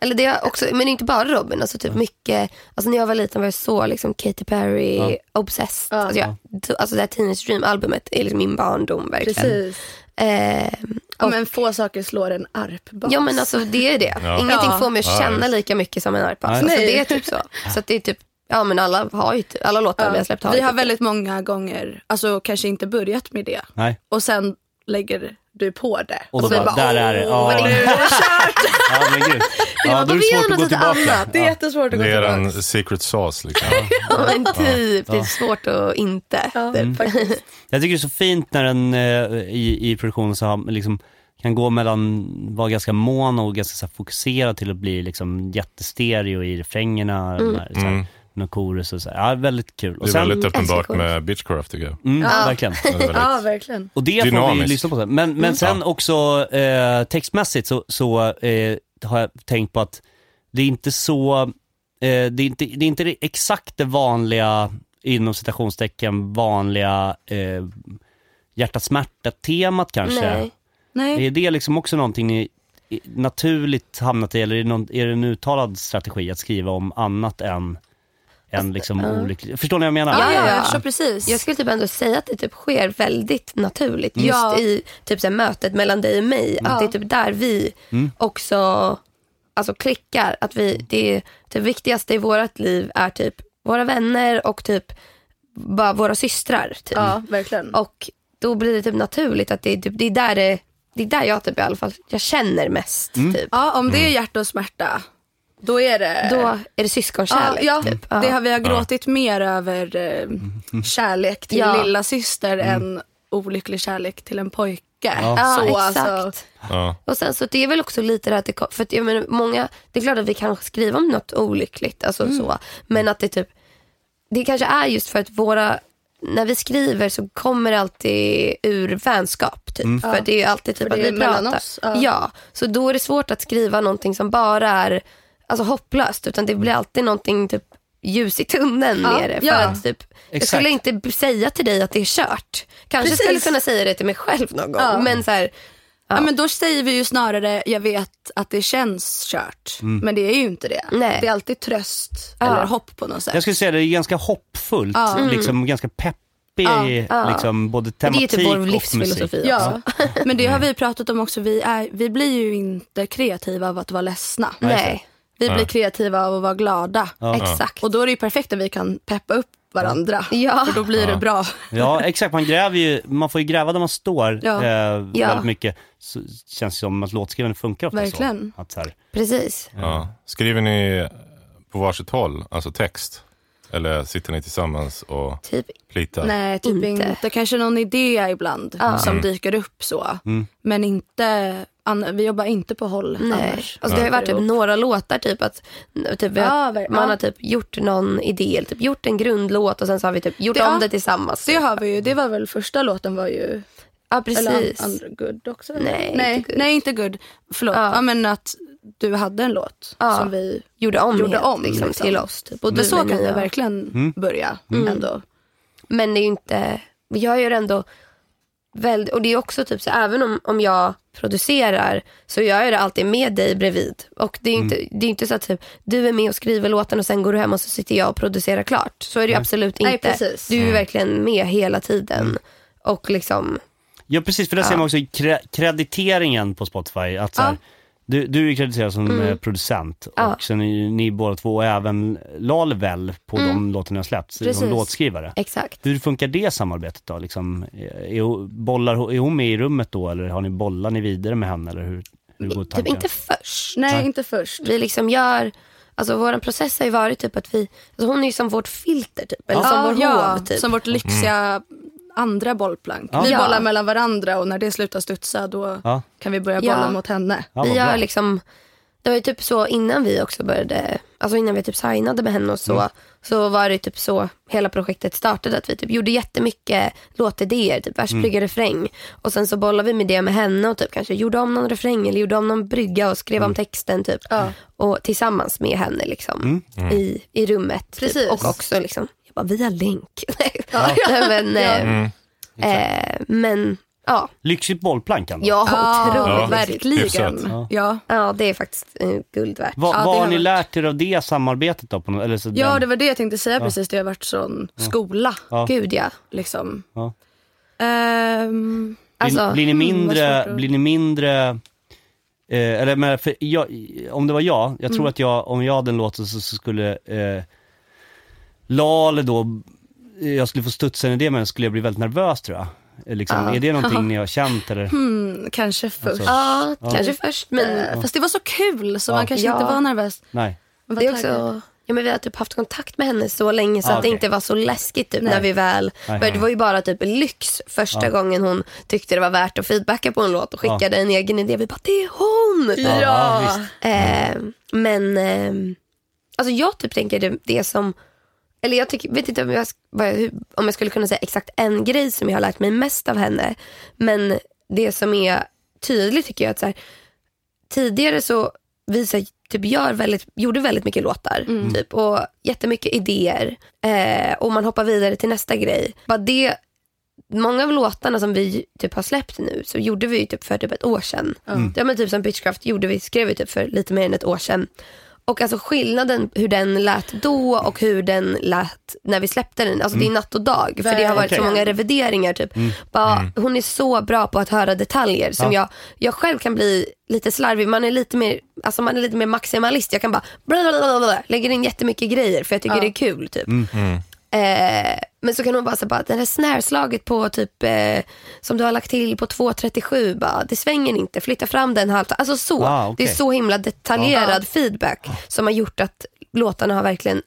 D: Eller det är också, men inte bara Robin, alltså typ mycket, alltså när jag var liten var jag så liksom Katy Perry, obsessed. Alltså, jag, alltså det här Teenage Dream albumet är liksom min barndom verkligen.
C: Precis.
D: Ehm,
C: Ja, men få saker slår en arpbas.
D: ja men alltså det är det.
E: Ja.
D: Ingenting
C: Ja.
D: får mig att känna lika mycket som en arpa. Alltså,
C: Nej.
D: det är typ så. Så att det är typ, ja men alla har ju, typ- alla låtar vi har släppt har
C: Vi
D: ju
C: har
D: typ-
C: väldigt många gånger, alltså kanske inte börjat med det.
B: nej?
C: Och sen lägger du på det.
B: Och då
C: vi
B: bara, där är det.
C: "Åh,
B: Ja. <laughs>
C: nu är det kört.
B: Ja men gud. Ja, då
D: bara,
B: är
D: då
B: det
D: vill jag
B: svårt att
D: något
B: gå
D: annat.
B: tillbaka.
C: Det är jättesvårt att gå
E: Det är
C: tillbaka.
E: en secret sauce liksom.
D: Ja, men typ, det är svårt att inte.
C: Ja,
E: Mm.
D: Typ.
C: faktiskt.
B: Jag tycker det är så fint när den eh, i, i produktionen så har, liksom, kan gå mellan, vara ganska mono och ganska så här, fokuserad till att bli liksom, jättestereo i refrängerna, mm. med, så här, med chorus och så här. Ja, väldigt kul. Och
E: Det är väldigt uppenbart
D: Secret.
E: med Bitchcraft tycker jag.
B: mm, Verkligen.
E: Det är väldigt-
C: Ja, verkligen.
B: Och det får vi ju
E: Dynamiskt.
B: lyssna på sen. Men, men sen också eh, textmässigt så, så eh, har jag tänkt på att det är inte så, eh, det, är inte, det är inte det- exakt det vanliga, inom citationstecken, vanliga eh, hjärtat-smärta-temat kanske.
D: Nej.
C: Nej.
B: Är det liksom också någonting ni i- naturligt hamnat i eller är det, någon, är det en uttalad strategi att skriva om annat än, än liksom olycklig... Förstår ni vad jag menar?
C: Ja, ja,
D: ja.
C: jag förstår precis.
D: Jag skulle typ ändå säga att det typ sker väldigt naturligt just
C: Ja.
D: i typ så här mötet mellan dig och mig. Att det är typ där vi också alltså, klickar. Att vi, det, är- det viktigaste i vårt liv är typ våra vänner och typ bara våra systrar. Typ.
C: Ja, verkligen.
D: Och då blir det typ naturligt att det är, typ, det är där det det är där jag typ i alla fall jag känner mest. Typ.
C: Ja, om det är hjärta och smärta, då är det...
D: Då är det syskonkärlek.
C: ja, ja.
D: typ. ja.
C: Det har vi har gråtit mer över eh,
B: <laughs>
C: kärlek till
D: Ja.
C: lilla syster
B: Mm.
C: än olycklig kärlek till en pojke.
D: Ja,
C: Så,
D: exakt.
C: alltså,
E: Ja.
D: Och sen så det är väl också lite det här att det kom- för att jag menar, många, det är klart att vi kan skriva om något olyckligt, alltså
C: Mm.
D: så, men att det typ, det kanske är just för att våra, när vi skriver så kommer det alltid ur vänskap typ, för det är ju alltid typ
C: Mm. För det
D: att
C: är
D: vi
C: mellan
D: pratar.
C: oss, ja.
D: Ja, så då är det svårt att skriva någonting som bara är alltså, hopplöst, utan det blir alltid någonting typ ljus i tunneln
C: Mm. Ja,
D: med det. För
C: ja.
D: att, typ, jag
B: Exakt.
D: skulle inte b- säga till dig att det är kört. Kanske
C: Precis.
D: skulle kunna säga det till mig själv någon gång. Men så här,
C: ja. men då säger vi ju snarare, jag vet att det känns kört. Men det är ju inte det.
D: Mm. Nej.
C: Det är alltid tröst
D: Ja.
C: eller hopp på något sätt.
B: Jag skulle säga det är ganska hoppfullt, liksom ganska peppig, liksom både
D: det är ju
B: tematik
D: typ vår
B: och
D: livsfilosofi
B: musik.
D: också.
C: Ja, <laughs> men det har vi pratat om också. Vi, är, vi blir ju inte kreativa av att vara ledsna.
D: Nej.
C: Vi blir kreativa av att vara glada.
D: Exakt.
C: Och då är det ju perfekt att vi kan peppa upp varandra.
D: Ja.
C: För då blir det
D: <laughs>
C: bra.
B: Ja, exakt. Man gräver ju, man får ju gräva där man står
C: Ja.
B: eh,
D: Ja.
B: väldigt mycket. Så, känns det som att låtskrivande funkar ofta
C: Verkligen.
B: så. Att så här,
D: Precis.
E: Ja. Skriver ni på varsitt håll, alltså text? Eller sitter ni tillsammans och
D: Typ.
E: plitar?
C: Nej, typ inte.
D: Inte. Mm.
C: Kanske någon idé ibland som dyker upp så. Men inte, an, vi jobbar inte på håll
D: Nej.
C: annars.
D: Alltså, det har ju varit typ några låtar, typ att typ, vi har-
C: Ja, ver-
D: man
C: ja.
D: har typ gjort någon idé, eller typ gjort en grundlåt och sen så har vi typ gjort
C: Det-
D: om
C: ja.
D: det tillsammans. typ.
C: Det har vi ju, det var väl första låten var ju,
D: ja,
C: eller
D: precis.
C: andra, good också? eller?
D: Nej,
C: nej,
D: inte Good.
C: nej, inte good. Förlåt, ja.
D: Ja.
C: men att du hade en låt
D: Ja.
C: som vi
D: gjorde om,
C: gjorde
D: helt,
C: om
D: liksom, till oss. Typ, och
C: Men
D: du
C: så
D: med
C: kan det
D: Mia.
C: verkligen
B: Mm.
C: börja
D: Mm.
C: ändå.
D: Men det är ju inte, jag gör ändå väldigt, och det är också typ så även om, om jag producerar så gör jag det alltid med dig bredvid. Och det är ju inte, det är inte så att typ, du är med och skriver låten och sen går du hem och så sitter jag och producerar klart. Så är det ju absolut
C: Nej,
D: inte.
C: precis.
D: du är ju verkligen med hela tiden. Och liksom,
B: Ja precis, för där ser man också i kre- krediteringen på Spotify. Att så här, Du, du är ju krediterad som eh, producent och
D: Mm. Ja.
B: sen är ju ni båda två och även Lal väl på de låtarna jag släppt som
D: Mm. Precis.
B: låtskrivare.
D: Exakt.
B: Hur funkar det samarbetet då? Liksom, eh, är, hon- bollar, hon- är hon med i rummet då eller har ni, bollar ni vidare med henne eller hur, hur går
D: Typ
B: tankarna?
D: inte först.
C: Nej, inte först.
D: Vi liksom gör, alltså vår process har ju varit typ att vi, alltså hon är ju som vårt filter typ, eller som
C: Ja,
D: vår
C: ja,
D: hov typ.
C: Som
B: Mm.
C: vårt lyxiga andra bollplank. Vi
D: Ja.
C: bollar mellan varandra och när det slutar studsa då
B: Ja.
C: kan vi börja bolla
D: Ja.
C: mot henne.
B: Ja,
D: vi
B: vad bra.
D: gör liksom, det var ju typ så innan vi också började, alltså innan vi typ signade med henne och
B: Mm.
D: så, så var det typ så hela projektet startade. Att vi typ gjorde jättemycket låtidéer, typ
B: Mm.
D: vers, brygga, refräng. Och sen så bollade vi med det med henne och typ kanske gjorde om någon refräng eller gjorde om någon brygga och skrev
B: Mm.
D: om texten typ. Och tillsammans med henne liksom
B: Mm.
D: I, i rummet.
C: Precis.
D: Typ. Och också liksom, jag bara via länk. <laughs> Nej, men, eh, eh, men ja,
B: Lyxigt bollplank ändå.
D: ja,
C: Ja,
D: otroligt. lyxigt.
E: hyfsat.
C: verkligen.
B: Ja.
C: Ja.
D: Ja, det är faktiskt eh, guld värt.
B: Vad,
C: Ja, det
B: vad har
C: har
B: ni
C: varit-
B: lärt er av det samarbetet då? På något, eller så
C: ja,
B: den-
C: det var det jag tänkte säga precis. Det har varit sån skola.
B: Ja.
D: Gud ja.
C: Liksom.
B: Ja.
C: Ehm,
B: blir,
D: Alltså,
B: blir ni
C: mm, vad
B: mindre,
C: svårt att-
B: blir ni mindre eh, eller men, för jag, om det var jag, jag
C: Mm.
B: tror att jag, om jag hade en låt så, så skulle eh, Lale då, eh, jag skulle få studsa en idé men skulle jag bli väldigt nervös tror jag. Eh, Liksom, Är det någonting
C: <laughs>
B: ni har känt eller?
C: mm, kanske
B: Alltså.
C: först.
D: Ja, kanske först men
C: Eh, Fast det var så kul så man kanske
D: Ja.
C: inte var nervös.
B: Nej.
C: Man var
D: det är
C: taggad.
D: också, ja, men vi har typ haft kontakt med henne så länge så
B: Ah,
D: att det
B: okej.
D: inte var så läskigt typ, när vi väl började. Det var ju bara typ lyx första gången hon tyckte det var värt att feedbacka på en låt och skickade en egen idé. Vi bara, det är hon!
B: Ja, ja, visst.
D: Eh, men eh, alltså jag typ tänker det, det som, eller jag tycker, vet inte om jag, vad jag, hur- om jag skulle kunna säga exakt en grej som jag har lärt mig mest av henne. Men det som är tydligt tycker jag är att så här, tidigare så vi så här, typ gör väldigt, gjorde väldigt mycket låtar typ, och jättemycket idéer. Eh, och man hoppar vidare till nästa grej. Bara det, många av låtarna som vi typ har släppt nu så gjorde vi ju typ för typ ett år sedan. Ja, men typ som Bitchcraft gjorde vi, skrev vi typ för lite mer än ett år sedan. Och alltså skillnaden hur den lät då och hur den lät när vi släppte den. Alltså det är natt och dag. För det har varit så
C: Verkligen.
D: många revideringar. Typ. Bara, Hon är så bra på att höra detaljer. Som jag, jag själv kan bli lite slarvig. Man är lite mer, alltså man är lite mer maximalist. Jag kan bara blablabla, lägger in jättemycket grejer för jag tycker det är kul. Typ. Eh, men så kan hon bara säga bara, det här snärslaget på typ eh, som du har lagt till på 2.37, bara, det svänger inte, flytta fram den halvt. Alltså så.
B: Ah, okej. Ah.
D: Det är så himla detaljerad feedback som har gjort att låtarna har verkligen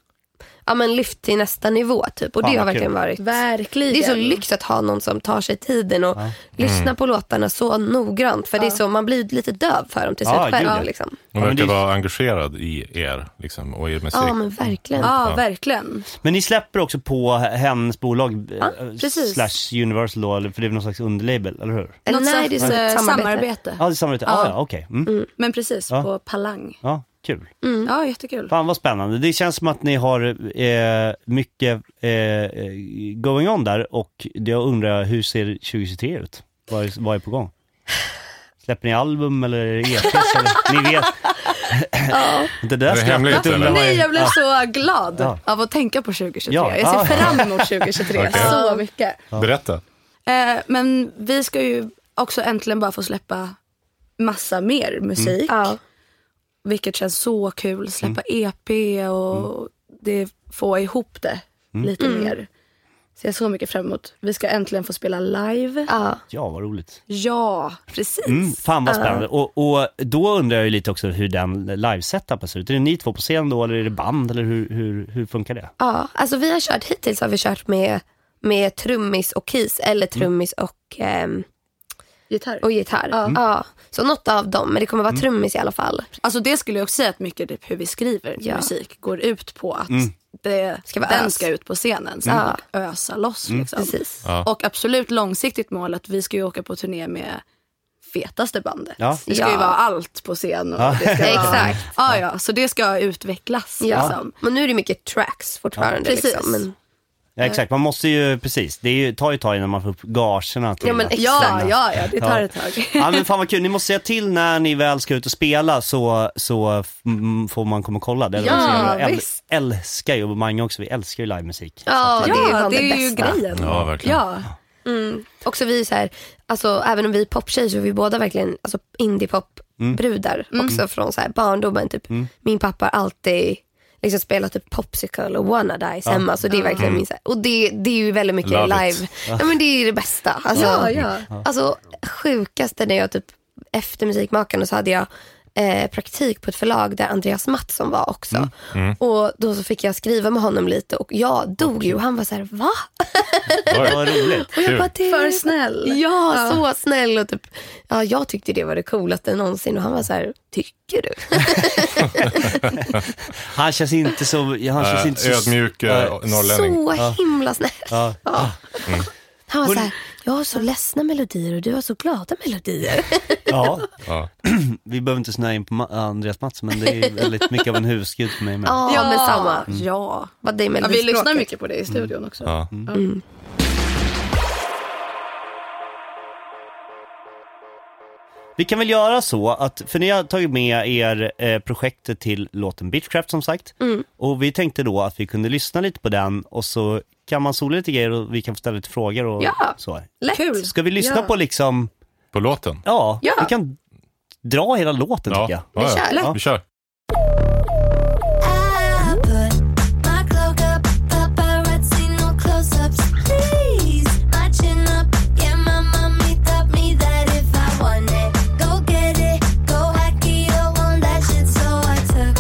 D: ja, men lyft till nästa nivå. Typ. Och
B: Fan,
D: det har
B: Ah, vad
D: verkligen
B: kul.
D: varit
C: Verkligen.
D: det är så lyx att ha någon som tar sig tiden
B: Ah.
D: och
B: Mm.
D: lyssnar på låtarna så noggrant. För det är så, man blir lite döv för dem till slut
B: Ja, Ah, gud, ja.
D: själv. Liksom.
E: Hon
B: Ja, men
E: verkar
B: det-
E: vara engagerad i er liksom, och er musik.
D: Ja men verkligen.
C: Ja, verkligen.
B: Men ni släpper också på hennes bolag, eh,
C: precis.
B: slash Universal då, eller- för det är väl någon slags underlabel, eller hur?
D: Eller
C: Något
D: nej, det är
C: slags,
D: så
C: eh,
D: ett
C: samarbete.
D: samarbete.
B: Ja, det är samarbete. Ja, ja, okej. Mm.
C: Men precis,
B: Ja.
C: på Palang.
B: Ja, kul.
C: Ja, jättekul.
B: Fan vad spännande. Det känns som att ni har eh, mycket eh, eh, going on där och jag undrar hur ser 2023 ut? Vad är, vad är på gång? Släpper ni album eller är det EPs? eller? Ni
C: <laughs>
B: vet. Det där
E: det hemligt,
B: skrattet
E: eller?
B: undrar man
C: Nej,
B: ju.
C: jag blev så glad
B: Ja.
C: av att tänka på 2023.
B: Ja.
C: Jag ser
B: Ah. <laughs>
C: fram emot 2023
E: Okej.
C: så mycket.
E: Berätta.
C: Eh, men vi ska ju också äntligen bara få släppa massa mer musik.
D: Ja.
C: Vilket känns så kul. Släppa EP och det, få ihop det lite mer. Ser jag så mycket fram emot. Vi ska äntligen få spela live.
D: Ja.
B: Ja, vad roligt.
C: Ja, precis.
B: Mm, fan vad spännande. Och, och då undrar jag ju lite också hur den live-setupen ser ut. Är det ni två på scen då eller är det band eller hur, hur, hur funkar det?
D: ja, alltså vi har kört, hittills har vi kört med, med trummis och keys
C: Mm.
D: eller trummis och, ehm,
C: Gitarr.
D: och gitarr.
C: Mm.
D: Ja, så något av dem, men det kommer vara trummis i alla fall.
C: Alltså det skulle jag också säga att mycket typ hur vi skriver
D: Ja.
C: musik går ut på att det,
D: Ska vara
C: den
D: ös.
C: ska ut på scenen så
D: Mm.
C: att ösa loss. Liksom.
D: Precis.
E: Ja.
C: Och absolut långsiktigt mål att vi ska ju åka på turné med fetaste bandet.
B: Ja.
C: Det ska ju
D: Ja.
C: vara allt på scen. Och det <laughs> ska vara,
D: Exakt.
C: <laughs> ja, ja, så det ska utvecklas.
D: Ja.
C: Liksom.
D: Men nu är det mycket tracks fortfarande.
C: Precis.
D: Liksom. Men,
B: Ja, exakt,
D: Eh.
B: man måste ju, precis, det är ju, tar ju ett tag innan man får upp gagerna till
D: Ja, men
B: att
D: exakt.
C: Ja,
B: slänga.
C: ja, ja, det tar
B: Ja.
C: ett tag.
B: Ja men fan vad kul, ni måste säga till när ni väl ska ut och spela så, så f- m- får man komma och kolla. Det är
C: Ja,
B: så jävla- jag äl-
C: visst.
B: älskar ju, och Mange också, vi älskar ju livemusik.
D: ja, det är ju
C: Ja,
D: fan
C: det är ju
D: bästa.
C: grejen.
E: Ja, verkligen.
C: Ja.
D: Också vi är så här, alltså, även om vi är poptjejer så är vi båda verkligen alltså, indiepopbrudar också från så här, barndomen. Typ. Min pappa har alltid liksom spelat typ Popsicle och Wanna Dies hemma. Så det är verkligen min, så här, och det, det är ju väldigt mycket
E: Love it.
D: live. Ja, men det är det bästa. Alltså,
C: Ja, ja.
D: Alltså sjukaste när jag typ efter Musikmakarna så hade jag eh, praktik på ett förlag där Andreas Mattsson var också. Och då så fick jag skriva med honom lite och jag dog ju och han var så här va?
B: Vad roligt.
D: Och jag
E: Kul.
D: bara, det...
C: För snäll.
D: Ja, så snäll och typ, ja jag tyckte det var det coolaste någonsin och han var så här, tycker du? <laughs>
B: Han känns inte så... Han känns inte så
E: Eh, Ödmjuk eh,
B: Ja.
E: norrlänning.
D: så himla snäll.
B: Ja. Mm.
D: Han
B: Var
D: var så
B: det-
D: här, jag har så ledsna melodier och du har så glada
C: <laughs>
D: melodier.
B: Ja,
E: Ja.
B: vi behöver inte snöa in på Ma- Andreas Mattsson, men det är väldigt mycket av en husgud för mig med.
D: Ja, men samma.
B: Mm.
C: Ja.
D: Vad det är
C: ja. Vi lyssnar
D: melodispråket.
C: mycket på det i studion också.
E: Ja.
B: Vi kan väl göra så att, för ni har tagit med er eh, projektet till låten Bitchcraft som sagt. Och vi tänkte då att vi kunde lyssna lite på den och så kan man sola lite grejer och vi kan få ställa lite frågor och
D: Ja.
B: så.
C: Lätt. Kul.
B: Ska vi lyssna
C: Ja.
B: på liksom,
E: På låten?
B: ja,
C: Ja.
B: vi kan dra hela låten tycker jag.
E: ja, ja.
D: kör.
E: Vi kör.
F: I put my cloak up, paparazzi, no close-ups, please. My chin up, yeah, my mommy taught me that if I want it, go get it, go hacky, I want that shit, so I took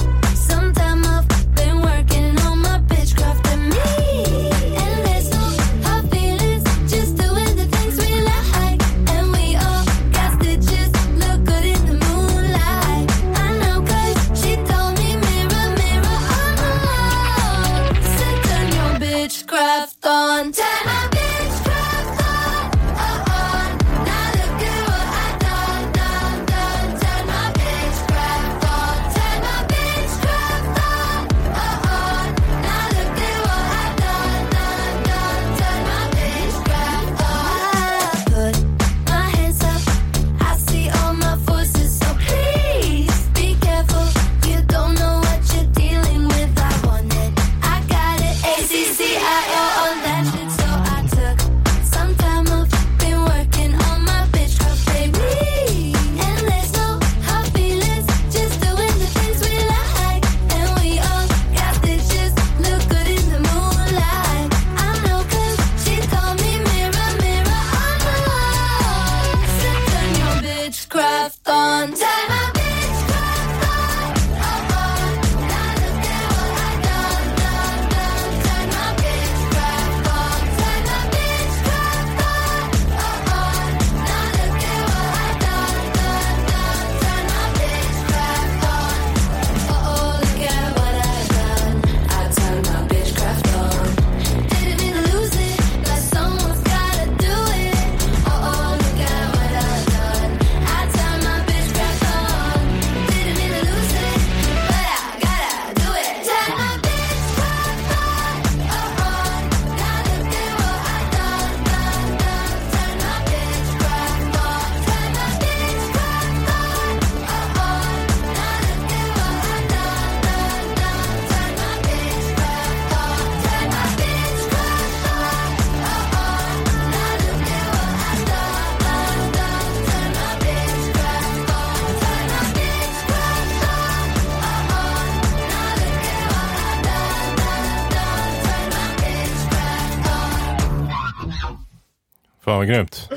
F: some time off, been working on my bitchcraft and me, and there's no hard feelings, just doing the things we like, and we all got stitches, look good in the moonlight. I know 'cause she told me mirror, mirror on the wall. So turn your bitchcraft on. Turn my bitchcraft on, oh, on. Now look at what I done, done, done. Turn my bitchcraft on. Turn my bitchcraft on, oh, on. Now look at what I done, done, done. Turn my bitchcraft on. I put my hands up. I see all my forces, so please be careful. You don't know what you're dealing with. I want it, I got it. A C C I O on that shit, so I took some time off, been working on my bitch craft, baby. And there's no hard feelings, just doing the things we like. And we all got stitches, look good in the moonlight. I know 'cause she told me mirror, mirror on the wall. So turn your bitchcraft on. Turn my bitchcraft on. Oh, oh. Now look at what I done, done, done. Turn my bitchcraft on. Turn my bitchcraft on. Oh, oh. Now look at what I done, done, done. Turn my bitchcraft on. Oh, oh. Look at what I done. I turned my bitchcraft on. Didn't mean to lose it, but someone's gotta do it. Oh, oh. Look at what I done. I turned my bitchcraft on. Didn't mean to lose it, but I gotta do it. Turned my bitchcraft on. Oh, oh. Now look at what I done, done, done. Turned my bitchcraft on. Turned my bitchcraft on. Oh, oh. Now look at what I done, done, done. Turned my bitchcraft on. Turned my bitchcraft on. Oh, oh. Now look at what I done, done, done. Turned my bitchcraft on. Turned my bitchcraft on. Oh, oh. Now look at what I done, done, done. Turned my bitchcraft on.
E: Fan vad grymt.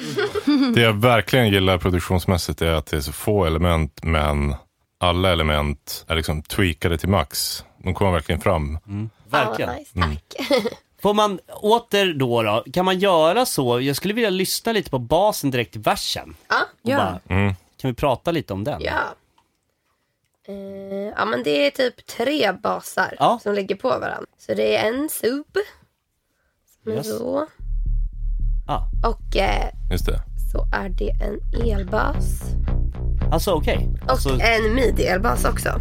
E: Det jag verkligen gillar produktionsmässigt är att det är så få element men alla element är liksom tweakade till max. De kommer verkligen fram.
B: Mm. Verkligen.
D: Ja, nice. Tack.
B: Får man åter då, då, kan man göra så, jag skulle vilja lyssna lite på basen direkt i versen. Och
C: Ja.
B: bara,
E: Mm.
B: Kan vi prata lite om den?
D: Ja. Eh, ja men det är typ tre basar
B: Ja.
D: som ligger på varandra. Så det är en sub. Som är
B: Yes.
D: så.
B: Ja.
D: Och eh,
E: Just det.
D: så är det en elbas.
B: Alltså okej.
D: Och
B: Alltså,
D: en midi-elbas också.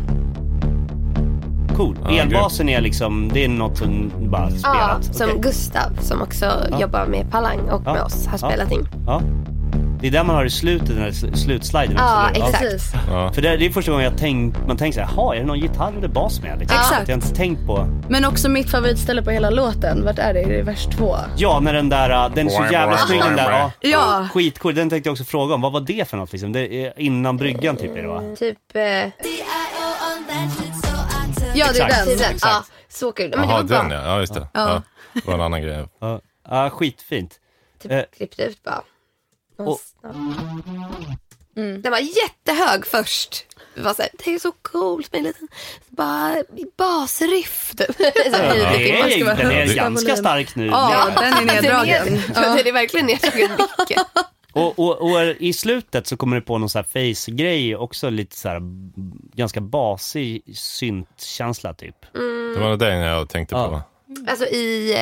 B: cool.
E: Ja,
B: Elbasen är liksom, det är något som bara
D: Ja,
B: spelat.
D: som
B: Okej.
D: Gustav som också jobbar med Palang och
B: Ja.
D: med oss har
B: Ja.
D: spelat in.
B: Ja. Det är där man har i slutet, den här sl- slutsliden.
D: Ja,
B: absolut.
D: exakt.
C: Precis.
E: Ja.
B: För det, det är första gången jag tänkt, man tänker såhär, jaha är det någon gitarr eller bas med? Liksom.
C: Exakt.
B: Att jag inte tänkt på.
C: Men också mitt favoritställe på hela låten. Vart är det? Är det vers två?
B: Ja, när den där, uh, den är så jävla snygg den där. Ja.
C: Ja.
B: Skitcool, den tänkte jag också fråga om. Vad var det för något liksom? Det är innan bryggan typ är det va?
D: Typ... Eh,
F: D.I.O. on that shit, so I took
C: Ja, det är
B: Exakt.
C: den.
D: den. Ja,
B: Exakt.
D: så kul. Men
E: Jaha,
D: det var
E: den
D: bra. Mm.
E: ja. Ja, just det. Ja. Det var en annan grej.
B: Ja, ja, skitfint.
D: Typ
B: Eh.
D: klippte ut bara. Någon
B: Och-
D: snabb. Den var jättehög först. Det var så här, det är så coolt med en liten bara, basriff. <laughs> typ. Så här,
B: Ja, det
D: man ska
B: är,
D: vara-
B: den är
E: högsta
B: ganska
C: volym.
B: stark nu.
C: Ja, <laughs> den är neddragen.
D: <laughs> Den är, den är verkligen neddragen mycket.
B: Och, och, och i slutet så kommer du på någon så här face-grej också lite så här b- ganska basig syntkänsla typ.
E: Det var den jag tänkte
B: Ja.
E: på.
D: Alltså i...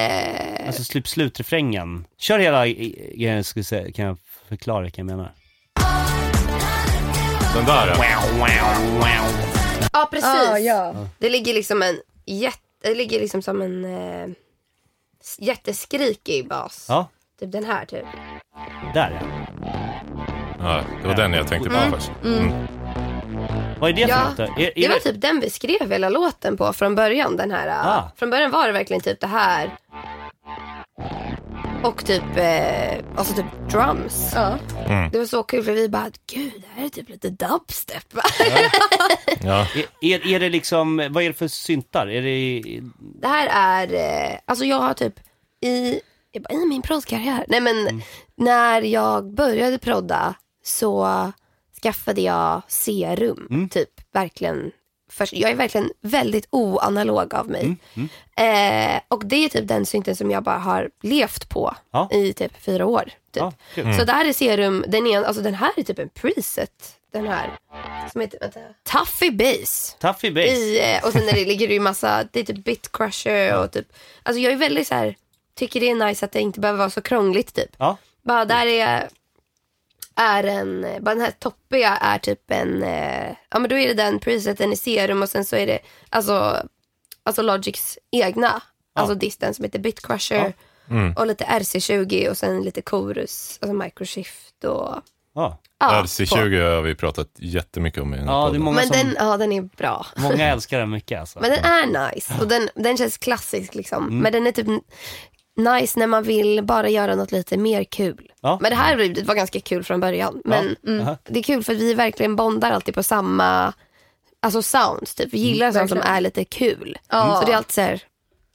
D: Eh,
B: Alltså typ slutrefrängen. Kör hela i- i- jag ska säga, kan jag förklara vilka jag menar?
E: Den där ja.
D: ja, precis.
C: Ah, ja.
D: Det ligger liksom en jätte... Det ligger liksom som en eh, s- jätteskrikig bas.
B: Ja,
D: Typ den här typ.
B: där ja.
E: ja. Det var den jag tänkte på först. Mm.
B: Vad är det
D: Ja,
B: för något då? Är, är
D: Det var typ den vi skrev hela låten på från början. Den här, äh,
B: Ah.
D: Från början var det verkligen typ det här. Och typ, eh, alltså typ drums.
C: Ja.
B: Mm.
D: Det var så kul för vi bara, gud det här är typ lite dubstep. va?"
E: Ja.
D: typ-
B: är, är, är det liksom, vad är det för syntar? Är det,
D: det här är, eh, alltså jag har typ i, jag bara, i min proddkarriär. Nej men
B: Mm.
D: när jag började prodda så skaffade jag serum.
B: Mm.
D: Typ verkligen. Först, jag är verkligen väldigt oanalog av
B: Mm,
D: mig. Eh, och det är typ den synten som jag bara har levt på
B: Ja.
D: i typ fyra år. Typ.
B: ja, Mm. kul.
D: Så där är serum, den, är, alltså den här är typ en preset. Den här. Som heter, vänta. Tuffy Base
B: Taffy Bass.
D: i, eh, och sen när det ligger det ju massa, det är typ bitcrusher och typ, alltså jag är väldigt så här, tycker det är nice att det inte behöver vara så krångligt typ.
B: Ja,
D: Bara där är, är en, eh, bara den här toppiga är typ en, eh, ja men då är det den preseten i serum och sen så är det, alltså, alltså Logics egna, alltså disten som heter bitcrusher
B: Mm.
D: och lite RC20 och sen lite chorus, alltså microshift och
B: ja.
D: ja, på.
E: RC20 har vi pratat jättemycket om i den här
B: ja det är
E: podden.
B: många
D: Men
B: som,
D: den, ja den är bra.
B: många älskar den mycket alltså. Mm.
D: Men den är nice och den, den känns klassisk liksom. Men den är typ n- nice när man vill bara göra något lite mer kul.
B: Ja.
D: Men det här rivet var ganska kul från början. Men
B: ja. Mm.
D: det är kul för att vi verkligen bondar alltid på samma alltså sounds. Typ. Vi gillar
C: Mm,
D: sånt som är lite kul. Så det är alltid så här,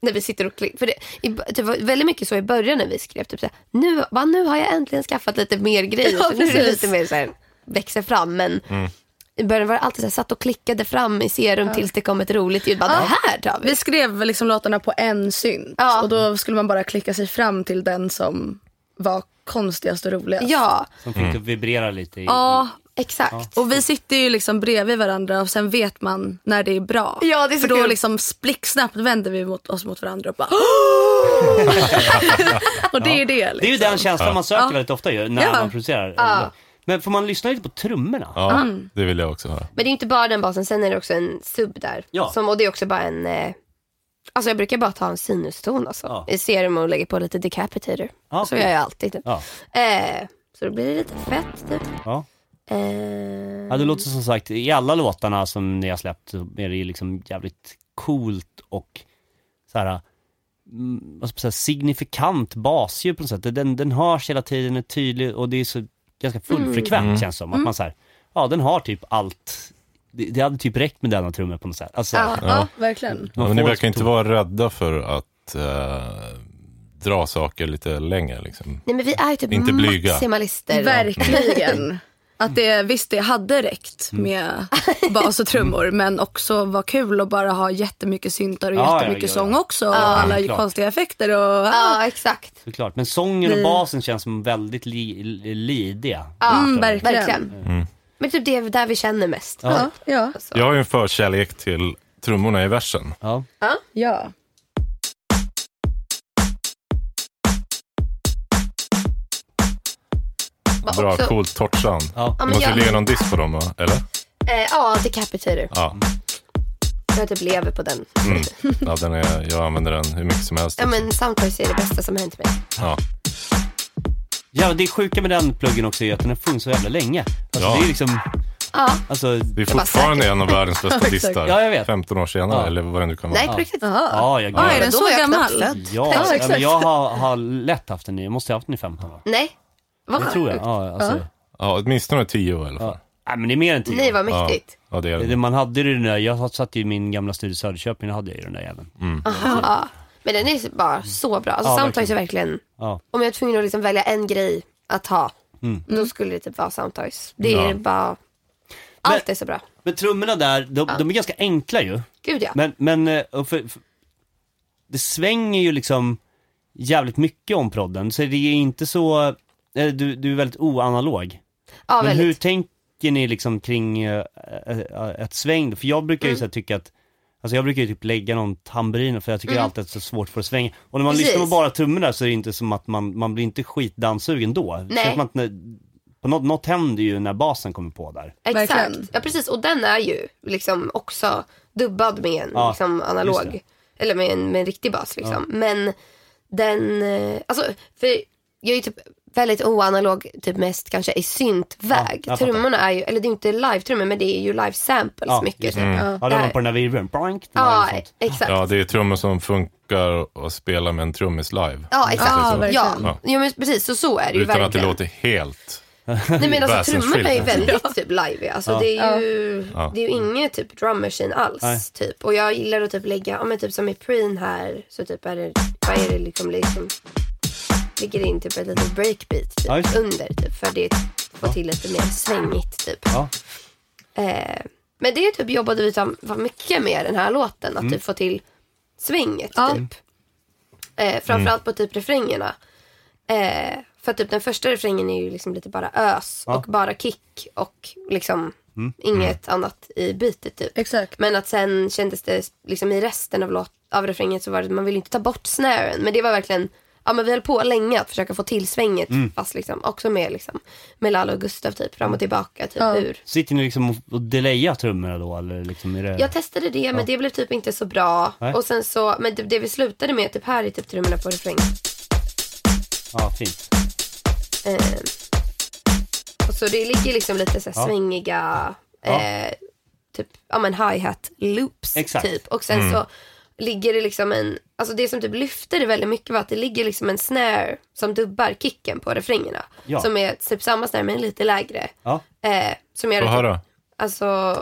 D: när vi sitter och klickar. För det i b- typ, var väldigt mycket så i början när vi skrev. Typ så här, nu, va, nu har jag äntligen skaffat lite mer grejer.
C: Ja,
D: så nu är det
C: precis.
D: lite mer så här, växer fram. Men
B: Mm.
D: i början var det alltid så här, satt och klickade fram i serum tills det kom ett roligt ljud. Bara, Det här tar vi.
C: Vi skrev liksom låtarna på en synt
D: Ja.
C: och då skulle man bara klicka sig fram till den som var konstigast och roligast.
D: Ja,
B: Som fick att vibrera lite. I,
C: Ja,
D: exakt.
C: Och vi sitter ju liksom bredvid varandra och sen vet man när det är bra.
D: Ja, det är så
C: För då
D: kul.
C: liksom blixtsnabbt vänder vi mot, oss mot varandra och
B: <gasps>
C: bara Och det är det.
B: Det är
C: Liksom.
B: ju den känslan man söker väldigt ofta ju, när
C: Ja.
B: man producerar. Men får man lyssna lite på trummorna?
E: Ja,
D: Mm.
E: det vill jag också höra.
D: Men det är inte bara den basen, sen är det också en sub där.
B: Ja.
D: Som, och det är också bara en... Eh, alltså jag brukar bara ta en sinuston alltså.
B: Ja.
D: I serum och lägga på lite decapitator.
B: Ja,
D: så
B: cool.
D: gör jag alltid. Typ.
B: Ja.
D: Eh, så då blir det lite fett typ.
B: Ja.
D: Eh,
B: ja, det låter som sagt, i alla låtarna som ni har släppt så är det ju liksom jävligt coolt och så här, mm, vad ska man säga, signifikant basljud på något sätt. Den, den hörs hela tiden, är tydlig och det är så ganska fullfrekvent
C: Mm.
B: känns det som. Att man så här, ja den har typ allt. Det, det hade typ räckt med denna trummor på något sätt. Alltså,
C: Ja,
E: Ja.
C: ja, verkligen.
E: Ja,
B: man
E: men ni
B: får-
E: verkar inte vara rädda för att eh, dra saker lite längre. Liksom.
D: Nej men vi är ju typ
E: Inte blyga.
B: <laughs>
D: maximalister.
C: Verkligen. Att det, visst, det hade räckt
B: Mm.
C: med bas och trummor men också var kul att bara ha jättemycket syntar och
B: Ja, ja,
C: jättemycket
B: ja, ja.
C: sång också. Och alla
B: klart.
C: konstiga effekter. Och,
D: Ja exakt.
B: Såklart, men sången och basen känns som väldigt li, li, lidiga.
C: mm, verkligen.
D: Verkligen. Men typ det är där vi känner mest.
C: Ja, ja.
E: Jag har ju en förkärlek till trummorna i versen.
B: Ja.
C: ja.
D: Bara
E: Bra,
D: också-
E: coolt, torrt sound.
B: Ja.
E: Det
D: men
E: måste
D: jag-
E: ligga någon diss på dem, va? eller?
D: Eh, ja, decapitator.
E: Ja, Mm.
D: Jag typ lever på den.
E: ja den är, jag använder den hur mycket som helst.
D: Ja
E: liksom.
D: men soundtrace är det bästa som har hänt mig.
E: Ja.
B: Ja, det sjuka med den pluggen också är att den har funnits så jävla länge. Alltså,
E: Ja.
B: Det är liksom,
D: Ja.
B: alltså,
E: Det är
D: var
E: fortfarande
D: säkert.
E: en av
D: <laughs>
E: världens bästa listar.
B: Ja, jag vet.
E: 15 år senare,
B: Ja.
E: eller vad det nu kan vara.
D: Nej, på riktigt.
B: ja, jag,
C: Oj, den
D: Då
C: så
D: var jag
C: gammal.
D: knappt född.
B: ja,
D: Ja,
B: ja, men
D: Ah, exakt.
B: jag har, har lätt haft den i, jag måste ha haft den i 15 år.
D: Nej, vad
B: Det
D: skönt.
B: tror jag. Ja, alltså,
E: Ja, åtminstone 10 år i alla fall.
B: ja. Nej, men det är mer än 10
D: Nej, vad
E: Ja,
D: mäktigt.
E: ja det är
B: Det-
E: det.
B: Man hade ju den där, jag satt ju i min gamla studio i Söderköping, då hade jag ju den där jäveln.
D: Ja. Men den är bara så bra. Alltså,
B: Ja,
D: Soundtoys är verkligen,
B: Ja. Mm.
D: om jag är tvungen att liksom välja en grej att ha, då skulle det typ vara Soundtoys. Det är
E: Ja.
D: bara, allt
B: Men-
D: är så bra.
B: Men trummorna där, de, de är ganska enkla ju.
D: Gud ja.
B: Men, men eh, och för, för, det svänger ju liksom jävligt mycket om prodden, så det är inte så, eh, du, du är väldigt oanalog.
D: ja,
B: men
D: väldigt.
B: hur tänker ni liksom kring eh, eh, eh, ett sväng? då? För jag brukar ju
D: Mm.
B: så här tycka att Alltså jag brukar ju typ lägga någon tamburin för jag tycker alltid att det är så svårt för att svänga. Och när man
D: Mm. Precis.
B: lyssnar på bara trummorna så är det inte som att man, man blir inte skitdammsugen då. Det
D: Nej.
B: känns som att när, på något, något händer ju när basen kommer på där.
D: Exakt.
C: Verkligen.
D: Ja precis och den är ju liksom också dubbad med en
B: Ja,
D: liksom
B: just det.
D: analog. Eller med en, med en riktig bas liksom. Men den, eh, alltså för jag är ju typ väldigt oanalog typ mest kanske i syntväg.
B: Ja, jag fattar.
D: Trummorna är ju, eller det är ju inte live-trummor men det är ju live samples
B: Ja,
D: mycket.
B: just det.
D: typ.
B: Ja, då
D: Där-
B: har man på den där virveln, boink, den där
D: ja
B: och sånt.
D: exakt.
E: Ja, det är trummor som funkar att spela med en trummis live.
D: Ja exakt.
C: Ja,
D: Ja,
C: verkligen.
D: ja. Jo, men precis så, så är det ju
E: Utan att det
D: verkligen.
E: låter helt...
D: Nej men alltså
E: väsensskilt.
D: trummorna är ju väldigt typ live alltså,
B: Ja.
D: det, är ju,
E: Ja.
D: det är ju inget typ drum machine alls
B: Nej.
D: typ. Och jag gillar att typ lägga, ja men typ som i preen här så typ är det, vad är det liksom, liksom ligger det in typ ett litet breakbeat typ,
B: Ja, just det.
D: under typ för det får till lite mer svängigt typ.
B: Ja.
D: Eh, men det typ jobbade vi fram- fram mycket med den här låten,
B: Mm.
D: att typ få till svänget typ. Eh, framförallt
E: Mm.
D: på typ refrängerna. Eh, för att typ den första refrängen är ju liksom lite bara ös
B: Ja. Mm.
D: och bara kick och liksom inget annat i bitet typ.
C: Exakt.
D: Men att sen kändes det liksom i resten av, låt, av refrängen så var det man ville inte ta bort snären. Men det var verkligen, ja men vi höll på länge att försöka få till svänget
B: Mm.
D: fast liksom också med liksom med Lalo och Gustav typ fram och tillbaka typ
C: Ja.
D: ur.
B: Sitter ni liksom och- och delayar trummorna då eller liksom är det...
D: Jag testade det men det blev typ inte så bra.
B: Nej.
D: Och sen så, men det, det vi slutade med typ här är typ trummorna på refrängen.
B: Ja, fint.
D: Eh, och så det ligger liksom lite så här
B: Ja.
D: svängiga,
B: Ja.
D: eh, typ, ja men hi-hat loops
B: Exakt. Mm.
D: typ. Och sen så ligger det liksom en, alltså det som typ lyfter det väldigt mycket var att det ligger liksom en snare som dubbar kicken på refrängerna.
B: Ja.
D: Som är typ samma snare men lite lägre.
B: Ja.
D: Eh, som gör
E: Få
D: att typ-
E: höra.
D: Alltså...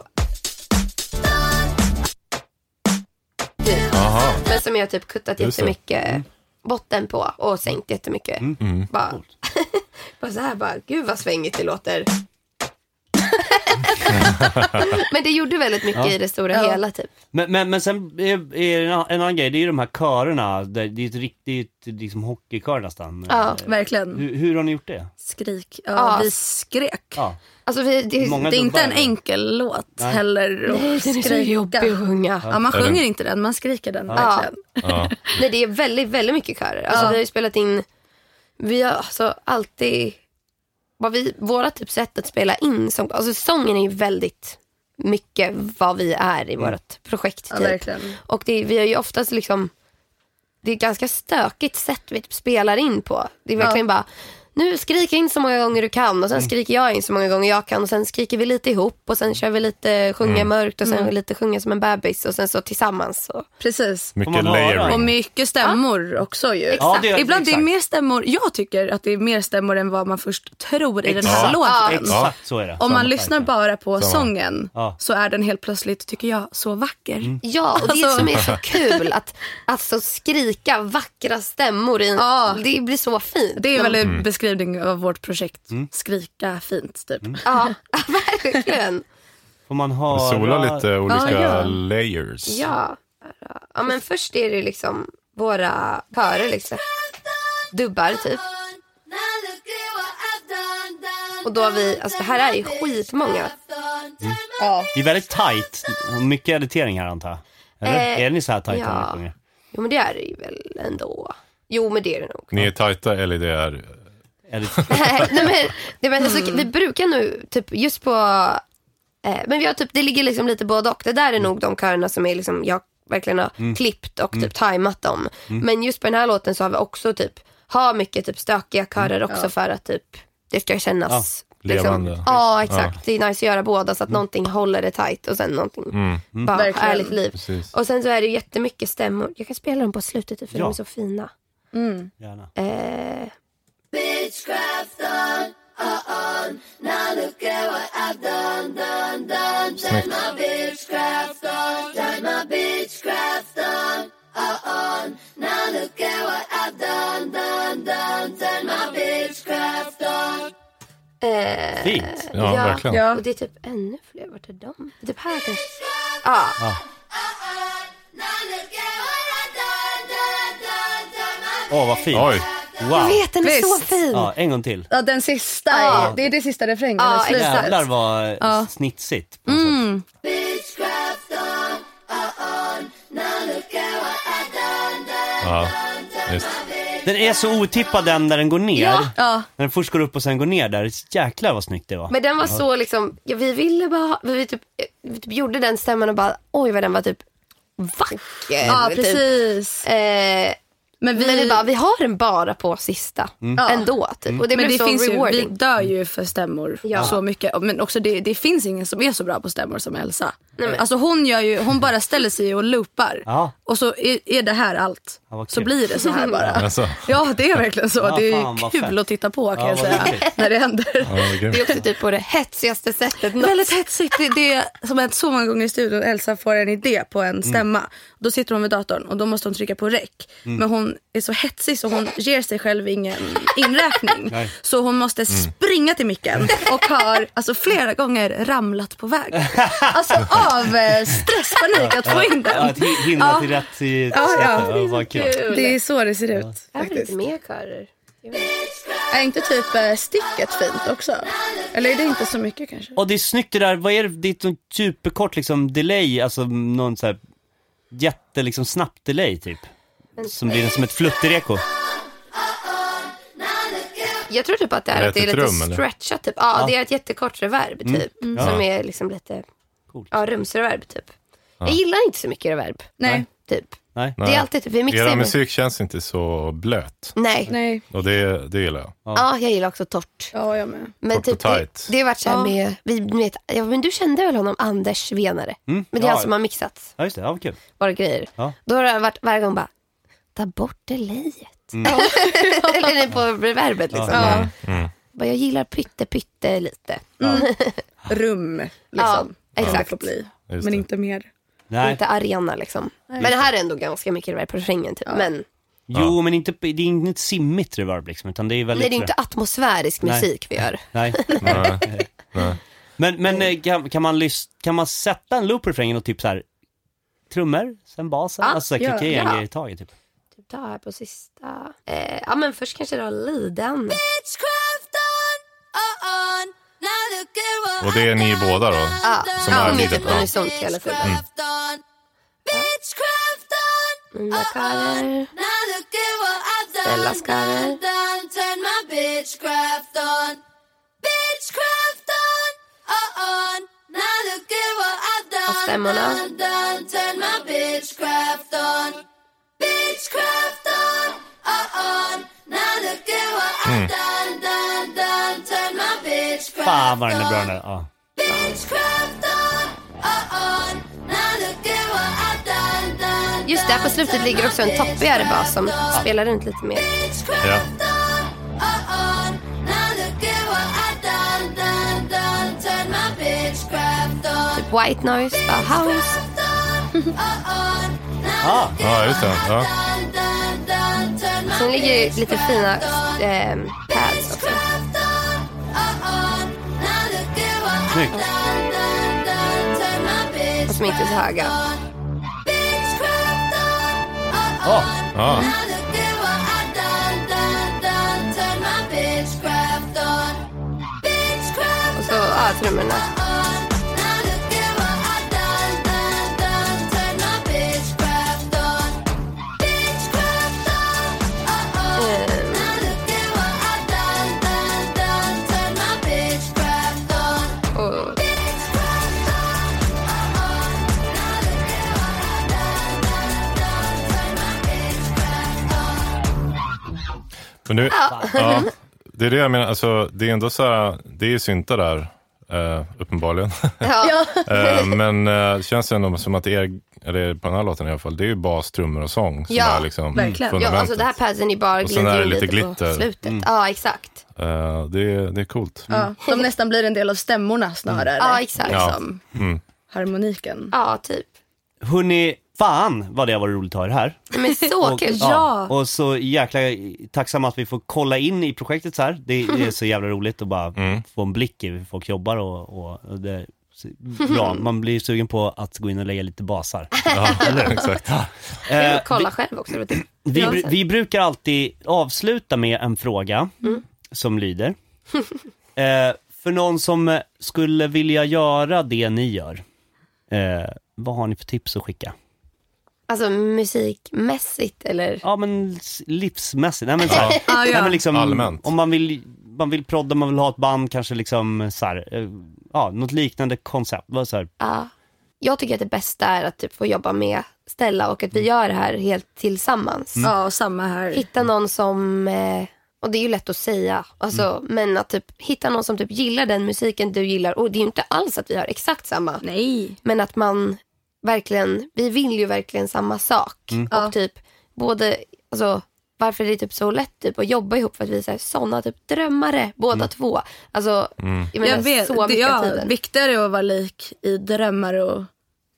D: Typ. Men som jag har typ kuttat
E: Just det. Mm.
D: jättemycket botten på och sänkt jättemycket. Bara, <laughs> bara så här bara, gud vad svängigt det
E: <laughs>
D: låter. Men det gjorde väldigt mycket i det stora hela typ.
B: Men, men, men sen är, är det en, an- en annan grej, det är ju de här körerna. där- Det är ju ett riktigt liksom hockeykör nästan.
D: Ja.
B: Eh,
C: Verkligen.
B: Hur, hur har ni gjort det?
C: Skrik. Ja,
D: Ja.
C: Vi skrek.
B: Ja.
D: Alltså vi, det,
B: Många-
C: Det är inte en
B: dubbar.
C: enkel låt
B: Nej.
C: heller. att
D: Nej, den är så
C: skrika.
D: jobbig att sjunga.
C: Ja, man
E: Är
C: sjunger
E: den-
C: inte den, man skriker den
D: Ja.
C: verkligen.
E: Ja.
D: <laughs> Nej, det är väldigt, väldigt mycket körer. Alltså, Vi har ju spelat in, vi har alltså alltid, vad vi, våra typ sätt att spela in, sång, alltså sången är ju väldigt mycket vad vi är i vårt projekt.
C: Mm. Ja,
D: Typ.
C: verkligen.
D: Och det, vi har ju oftast liksom, det är ett ganska stökigt sätt vi typ spelar in på. Det är verkligen bara, nu skrik in så många gånger du kan och sen skriker jag in så många gånger jag kan och sen skriker vi lite ihop och sen kör vi lite sjunga mörkt och sen
C: Mm.
D: lite sjunga som en bebis och sen så tillsammans. Så.
C: Precis.
E: Mycket
B: man höra?
C: Och
E: layering.
C: mycket stämmor också ju.
B: Ja, det är-
C: Ibland det är
B: exakt.
C: mer stämmor, jag tycker att det är mer stämmor än vad man först tror i den här
B: Exakt.
C: låten.
B: Exakt så är det.
C: Om
B: Samma
C: man lyssnar
B: tanke.
C: bara på
E: Samma.
C: sången
B: Ja. Mm.
C: så är den helt plötsligt, tycker jag, så vacker.
D: Ja, och det
C: Alltså-
D: som är så kul att alltså, skrika vackra stämmor i en,
C: Ja.
D: Det blir så fint.
C: Det är väl
B: Mm.
C: en beskrivning av vårt projekt, skrika fint typ.
D: <laughs>
B: Mm.
D: Ja, verkligen.
B: Får man höra...
E: Sola lite olika
C: ja.
E: layers.
D: Ja. ja, men först är det liksom våra körer liksom. Dubbar typ. Och då har vi, alltså det här är ju skitmånga.
B: Det är väldigt tight. Mycket editering här antar jag. Eller?
D: Eh,
B: är ni så här tajta när
D: ja.
B: ni sjunger?
D: Jo men det är det ju väl ändå. Jo men det är det nog.
E: Ni är tajta eller det är...
B: Edit-
D: Nej, nej, men, nej, men, alltså, vi brukar nu, typ just på, eh, men vi har typ, det ligger liksom lite både och. Det där är nog de körerna som är liksom, jag verkligen har klippt och typ tajmat dem. Men just på den här låten så har vi också typ ha mycket typ stökiga körer också för att typ det ska kännas liksom.
E: Ja, levande.
D: ja exakt. Det är nice att göra båda så att någonting håller det tight och sen någonting bara
C: Verkligen.
D: ärligt liv.
E: Precis.
D: Och sen så är det ju jättemycket stämmor. Jag kan spela dem på slutet för
B: Ja.
D: de är så fina.
B: Gärna.
D: Eh, eh,
B: Fint.
E: Ja,
D: Ja.
E: verkligen.
C: Ja.
D: Och det är typ ännu fler. Vart är de? Typ här kanske. Ja.
B: Åh, vad fint.
E: Oj,
D: Jag
B: Wow.
D: vet, den är så
C: Visst.
D: fin.
B: Ja, en gång till.
C: Ja, den sista.
D: Ja.
C: Är, det är det sista refrängen.
D: Ja,
C: i slutet.
D: exakt.
B: Jävlar vad ja. snitsigt. På något sätt.
E: ja. Just.
B: Den är så otippad den när den går ner.
D: Ja.
C: Ja.
B: När den först går upp och sen går ner där. Jäklar vad snyggt det var.
D: Men den var så liksom, ja, vi ville bara, ha- vi, typ, vi typ gjorde den stämman och bara, oj vad den var typ vacker.
C: Ja,
D: typ.
C: precis.
D: Eh,
C: Men vi,
D: Men vi bara, vi har den bara på sista
E: Mm.
D: ändå. Typ. Och det
C: men
D: blev
C: det
D: så
C: finns ju, vi
D: rewarding.
C: dör ju för stämmor
D: Ja.
C: så mycket. Men också det, det finns ingen som är så bra på stämmor som Elsa.
D: Nej, men-
C: Alltså hon, gör ju, hon bara ställer sig och loopar.
B: Ja.
C: Och så är, är det här allt.
B: Ja, vad
C: så
B: kul.
C: blir det så
B: <laughs>
C: här bara.
E: Alltså,
C: Ja det är verkligen så.
B: Ja,
C: det är
B: fan, vad
C: kul
B: fett.
C: att titta på kan
B: Ja,
C: jag
B: vad
C: säga.
B: roligt.
C: När det händer.
E: ja, det är
D: Det är
E: grymt.
D: också typ på det hetsigaste sättet.
C: Det är Väldigt hetsigt. Det, det är som hänt så många gånger i studion. Elsa får en idé på en stämma. Då sitter hon vid datorn och då måste hon trycka på rec. Men hon är så hetsig så hon ger sig själv ingen inräkning.
B: Nej.
C: Så hon måste springa till micken och har alltså, flera gånger ramlat på väg. Alltså av eh, stresspanik att få in
B: Ja,
C: den.
B: att hi- hinna till rätt i
C: Ja, ja.
B: sätt. vad kul.
C: Det är så det ser ut.
D: Jag vill
C: Faktiskt.
D: inte mer körer.
C: Är inte typ eh, sticket fint också? Eller är det inte så mycket kanske?
B: Och det är snyggt det där, vad är det, det är ett sånt superkort liksom delay, alltså någon så här jätte liksom snabbt delay typ. Som blir som ett fluttereko.
D: Jag tror typ att det
E: Är det
D: är, att det är
E: ett
D: lite
E: rum, eller? Mm.
D: stretchat. Typ. Ja,
B: Ja.
D: det är ett jättekort reverb typ. Som är liksom lite
B: Coolt.
D: ja, rumsreverb typ. Jag gillar inte så mycket reverb.
C: Nej.
D: Typ.
B: Nej?
E: Nej.
D: Det är alltid typ, vi mixar
E: Era
D: ju med-
E: musik känns inte så blöt.
D: Nej.
C: Nej.
E: Och det, det gillar jag.
D: Ja, jag gillar också torrt.
C: Ja, jag med.
D: Men
E: Kort
D: typ,
E: och tight.
D: Det, det har varit så här
C: Ja.
D: med, vi, vet, ja, men du kände väl honom, Anders Venare? Men det är
B: Ja,
D: han som har mixat
B: Ja just det, ja vad kul.
D: våra grejer.
B: Ja.
D: Då har det varit varje gång bara, ta bort delayet. <laughs> Eller på reverbet liksom.
C: Ja.
D: Bara, jag gillar pytte, pytte lite.
C: Rum liksom.
D: Ja,
C: Kan det
D: exakt.
C: får bli.
E: Just
C: Men
E: det.
C: inte mer.
B: Nej.
D: Inte arena liksom. Men det här är ändå ganska mycket reverb på refrängen typ. Men
B: Jo men inte, det är inget simmigt reverb liksom, utan det är väldigt...
D: nej, det är inte atmosfärisk
B: Nej.
D: musik vi gör.
B: Nej.
E: Nej.
B: Men, men eh, kan, kan, man lys- kan man sätta en loop i refrängen och typ så här trummor, sen basen,
D: Ja,
B: alltså kicka
C: ja,
B: i en
D: ja.
B: grej i taget typ.
D: Typ där här på sista. Eh, ja men först kanske då liden.
E: Och det är ni båda då?
D: Ja,
E: Som är
D: de är
E: lite
D: typ
E: bra.
D: unisont hela tiden. Mina körer. Stellas körer. Och stämmorna.
B: Fan vad den är bra den där. Ja.
D: Just där på slutet ligger också en toppigare bas som spelar runt lite mer.
E: Ja.
D: Typ white noise, bara house.
B: Ah,
E: ja, just det. Ja.
D: Sen ligger det lite fina eh, pads också.
B: snyggt.
D: Och som inte är så höga.
B: Ah,
E: Ja.
D: Och så ja, trummorna. Eh, och
E: Men nu, ja, det är det jag menar, alltså, det är ändå så här, det är ju syntar där, eh, uppenbarligen. <laughs>
D: Ja.
E: Eh, men eh, det känns ändå som att det är, eller på den här låten i alla fall, det är ju bas, trummor och sång som
D: Ja,
E: är liksom
C: verkligen.
E: fundamentet.
D: ja, alltså det här padden är bara
E: Och sen är
D: glider
E: det
D: in
E: lite
D: lite på
E: glitter.
D: slutet. Ja, exakt.
E: Eh, det, är- det är coolt.
D: Mm.
C: Ja, som nästan blir en del av stämmorna snarare.
D: Ja, exakt.
C: Liksom. Harmoniken.
D: Ja, typ.
B: Hörni, fan vad det har varit roligt att ha er här.
D: Men så
B: Och,
D: kul.
C: Ja.
B: Och så jäkla tacksamma att vi får kolla in i projektet så här. Det, det är så jävla roligt att bara få en blick i hur folk jobbar och, och, och det är så bra. Man blir ju sugen på att gå in och lägga lite basar.
E: Ja, <laughs> exakt.
D: Kul
B: Eh,
D: att kolla själv också. Det
B: Vi,
D: Ja.
B: bru- vi brukar alltid avsluta med en fråga som lyder. eh, för någon som eh, skulle vilja göra det ni gör, eh, vad har ni för tips att skicka?
D: Alltså musikmässigt eller?
B: Ja men s- livsmässigt, nej men, så här,
C: Ja,
B: nej,
C: ja.
B: men liksom,
E: Allmänt.
B: om man vill, man vill prodda, man vill ha ett band, kanske liksom så här, eh, ja, något liknande koncept. Vad så här,
D: Ja. Jag tycker att det bästa är att typ, få jobba med Stella och att vi gör det här helt tillsammans.
C: Ja, och samma här.
D: Hitta någon som, eh, och det är ju lätt att säga, alltså, men att typ, hitta någon som typ gillar den musiken du gillar. Och det är ju inte alls att vi har exakt samma.
C: Nej.
D: Men att man verkligen, vi vill ju verkligen samma sak. Och
C: Ja.
D: typ både, alltså varför det är typ så lätt typ, att jobba ihop för att vi är sådana typ drömmare båda två. Alltså, jag menar
C: Jag vet,
D: så
C: det
D: mycket av
C: är
D: tiden.
C: viktigare att vara lik i drömmar och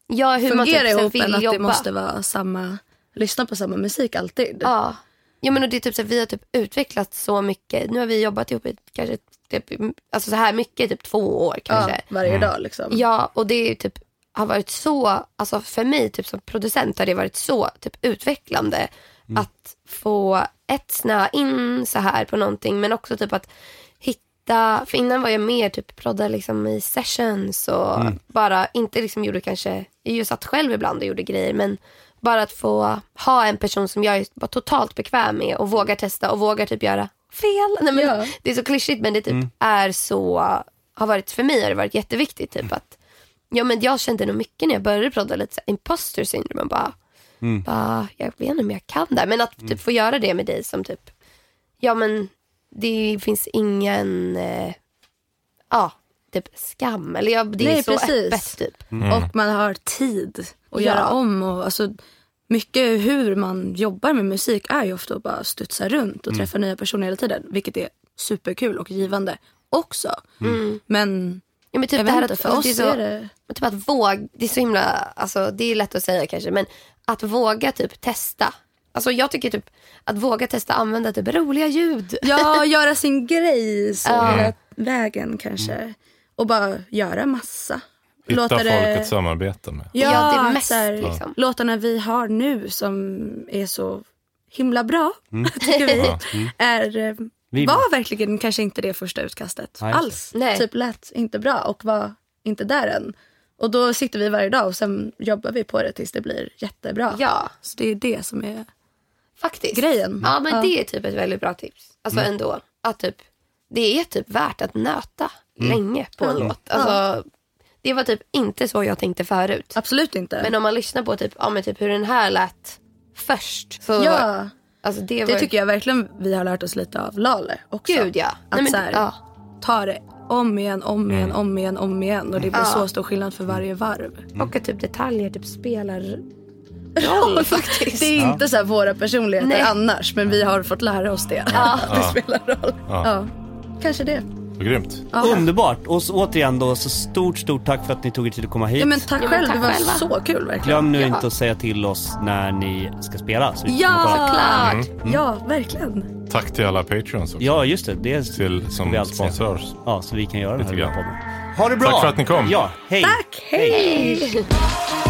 D: Ja, hur man
C: fungera
D: typ så här
C: ihop
D: vill
C: än att
D: jobba.
C: det måste vara samma, lyssna på samma musik alltid.
D: Ja. ja men och det är typ så här, vi har typ utvecklat så mycket. Nu har vi jobbat ihop i kanske typ, alltså så här mycket, typ två år
C: Ja,
D: kanske. Mm. Ja,
C: varje dag liksom.
D: och det är ju typ har varit så, alltså för mig typ som producent har det varit så typ utvecklande att få ett snöa in så här på någonting men också typ att hitta, för innan var jag mer typ proddade liksom i sessions och bara inte liksom gjorde kanske, jag ju satt själv ibland och gjorde grejer men bara att få ha en person som jag är bara totalt bekväm med och vågar testa och vågar typ göra fel. Nej, men
C: Ja.
D: Det är så klyschigt men det typ är så, har varit för mig har det varit jätteviktigt typ att Ja men jag kände nog mycket när jag började prodda lite så här, imposter syndrome och bara, bara, jag vet inte om jag kan det här. Men att typ få göra det med dig som typ, ja men det finns ingen, eh, ja typ skam. Eller jag, det är
C: Nej,
D: så
C: precis.
D: öppet typ.
C: Och man har tid att
D: Ja.
C: göra om. Och, alltså, mycket hur man jobbar med musik är ju ofta att bara studsa runt
D: Mm.
C: och träffa nya personer hela tiden. Vilket är superkul och givande också.
D: Mm.
C: Men
D: Ja, men typ
C: jag
D: det
C: vet
D: här
C: inte,
D: att,
C: för oss
D: det är,
C: är,
D: så,
C: det...
D: men Typ att våga, det är så himla, alltså det är lätt att säga kanske men att våga typ testa. Alltså jag tycker typ att våga testa använda typ roliga ljud.
C: Ja, göra sin grej så
D: Ja.
C: hela vägen kanske. Och bara göra massa.
E: Hitta
C: Låta
E: folk
C: det-
E: att samarbeta med.
C: Ja,
D: Ja, det är mest,
C: så här,
D: liksom.
C: Låtarna vi har nu som är så himla bra, <laughs> tycker vi,
E: Ja,
C: är, eh,
B: Vi-
C: var verkligen kanske inte det första utkastet
B: Nej, just
C: alls.
D: Nej.
C: Typ lät inte bra och var inte där än. Och då sitter vi varje dag och sen jobbar vi på det tills det blir jättebra.
D: Ja.
C: Så det är det som är...
D: faktiskt.
C: Grejen.
D: Ja men
C: Ja.
D: det är typ ett väldigt bra tips. Alltså ändå. Att typ, det är typ värt att nöta länge på en låt. Alltså, Det var typ inte så jag tänkte förut.
C: Absolut inte.
D: Men om man lyssnar på typ, ja, men typ hur den här lät först. Så
C: ja,
D: alltså, det, var,
C: det tycker jag verkligen vi har lärt oss lite av Lale också.
D: Gud ja.
C: Att
D: Nej, men,
C: så här,
D: ja.
C: ta det om igen, om igen, om igen, om igen. Och det blir så stor skillnad för varje
D: <laughs>
C: varv.
D: Och att typ detaljer typ spelar roll faktiskt.
C: Det är inte så här våra personligheter
D: Nej.
C: annars, men vi har fått lära oss det. <laughs> det spelar roll. Ja. Kanske det.
E: Så grymt.
B: Underbart! Och så, återigen då, så stort, stort tack för att ni tog er tid att komma hit.
C: Ja, men tack
D: men
C: själv,
D: tack
C: det var
D: själva.
C: så kul verkligen.
B: Glöm nu inte att säga till oss när ni ska spela. Så vi kan komma och kolla.
C: Ja,
D: Såklart.
C: ja, verkligen.
E: Tack till alla patreons också.
B: Ja, just det. Det
E: Till,
B: ska vi
E: som
B: alltid säga.
E: sponsrar.
B: Ja, så vi kan göra den här
E: Lite
B: lilla
E: grann.
B: podden. Ha det bra!
E: Tack för att ni kom.
B: Ja, hej!
C: Tack, hej.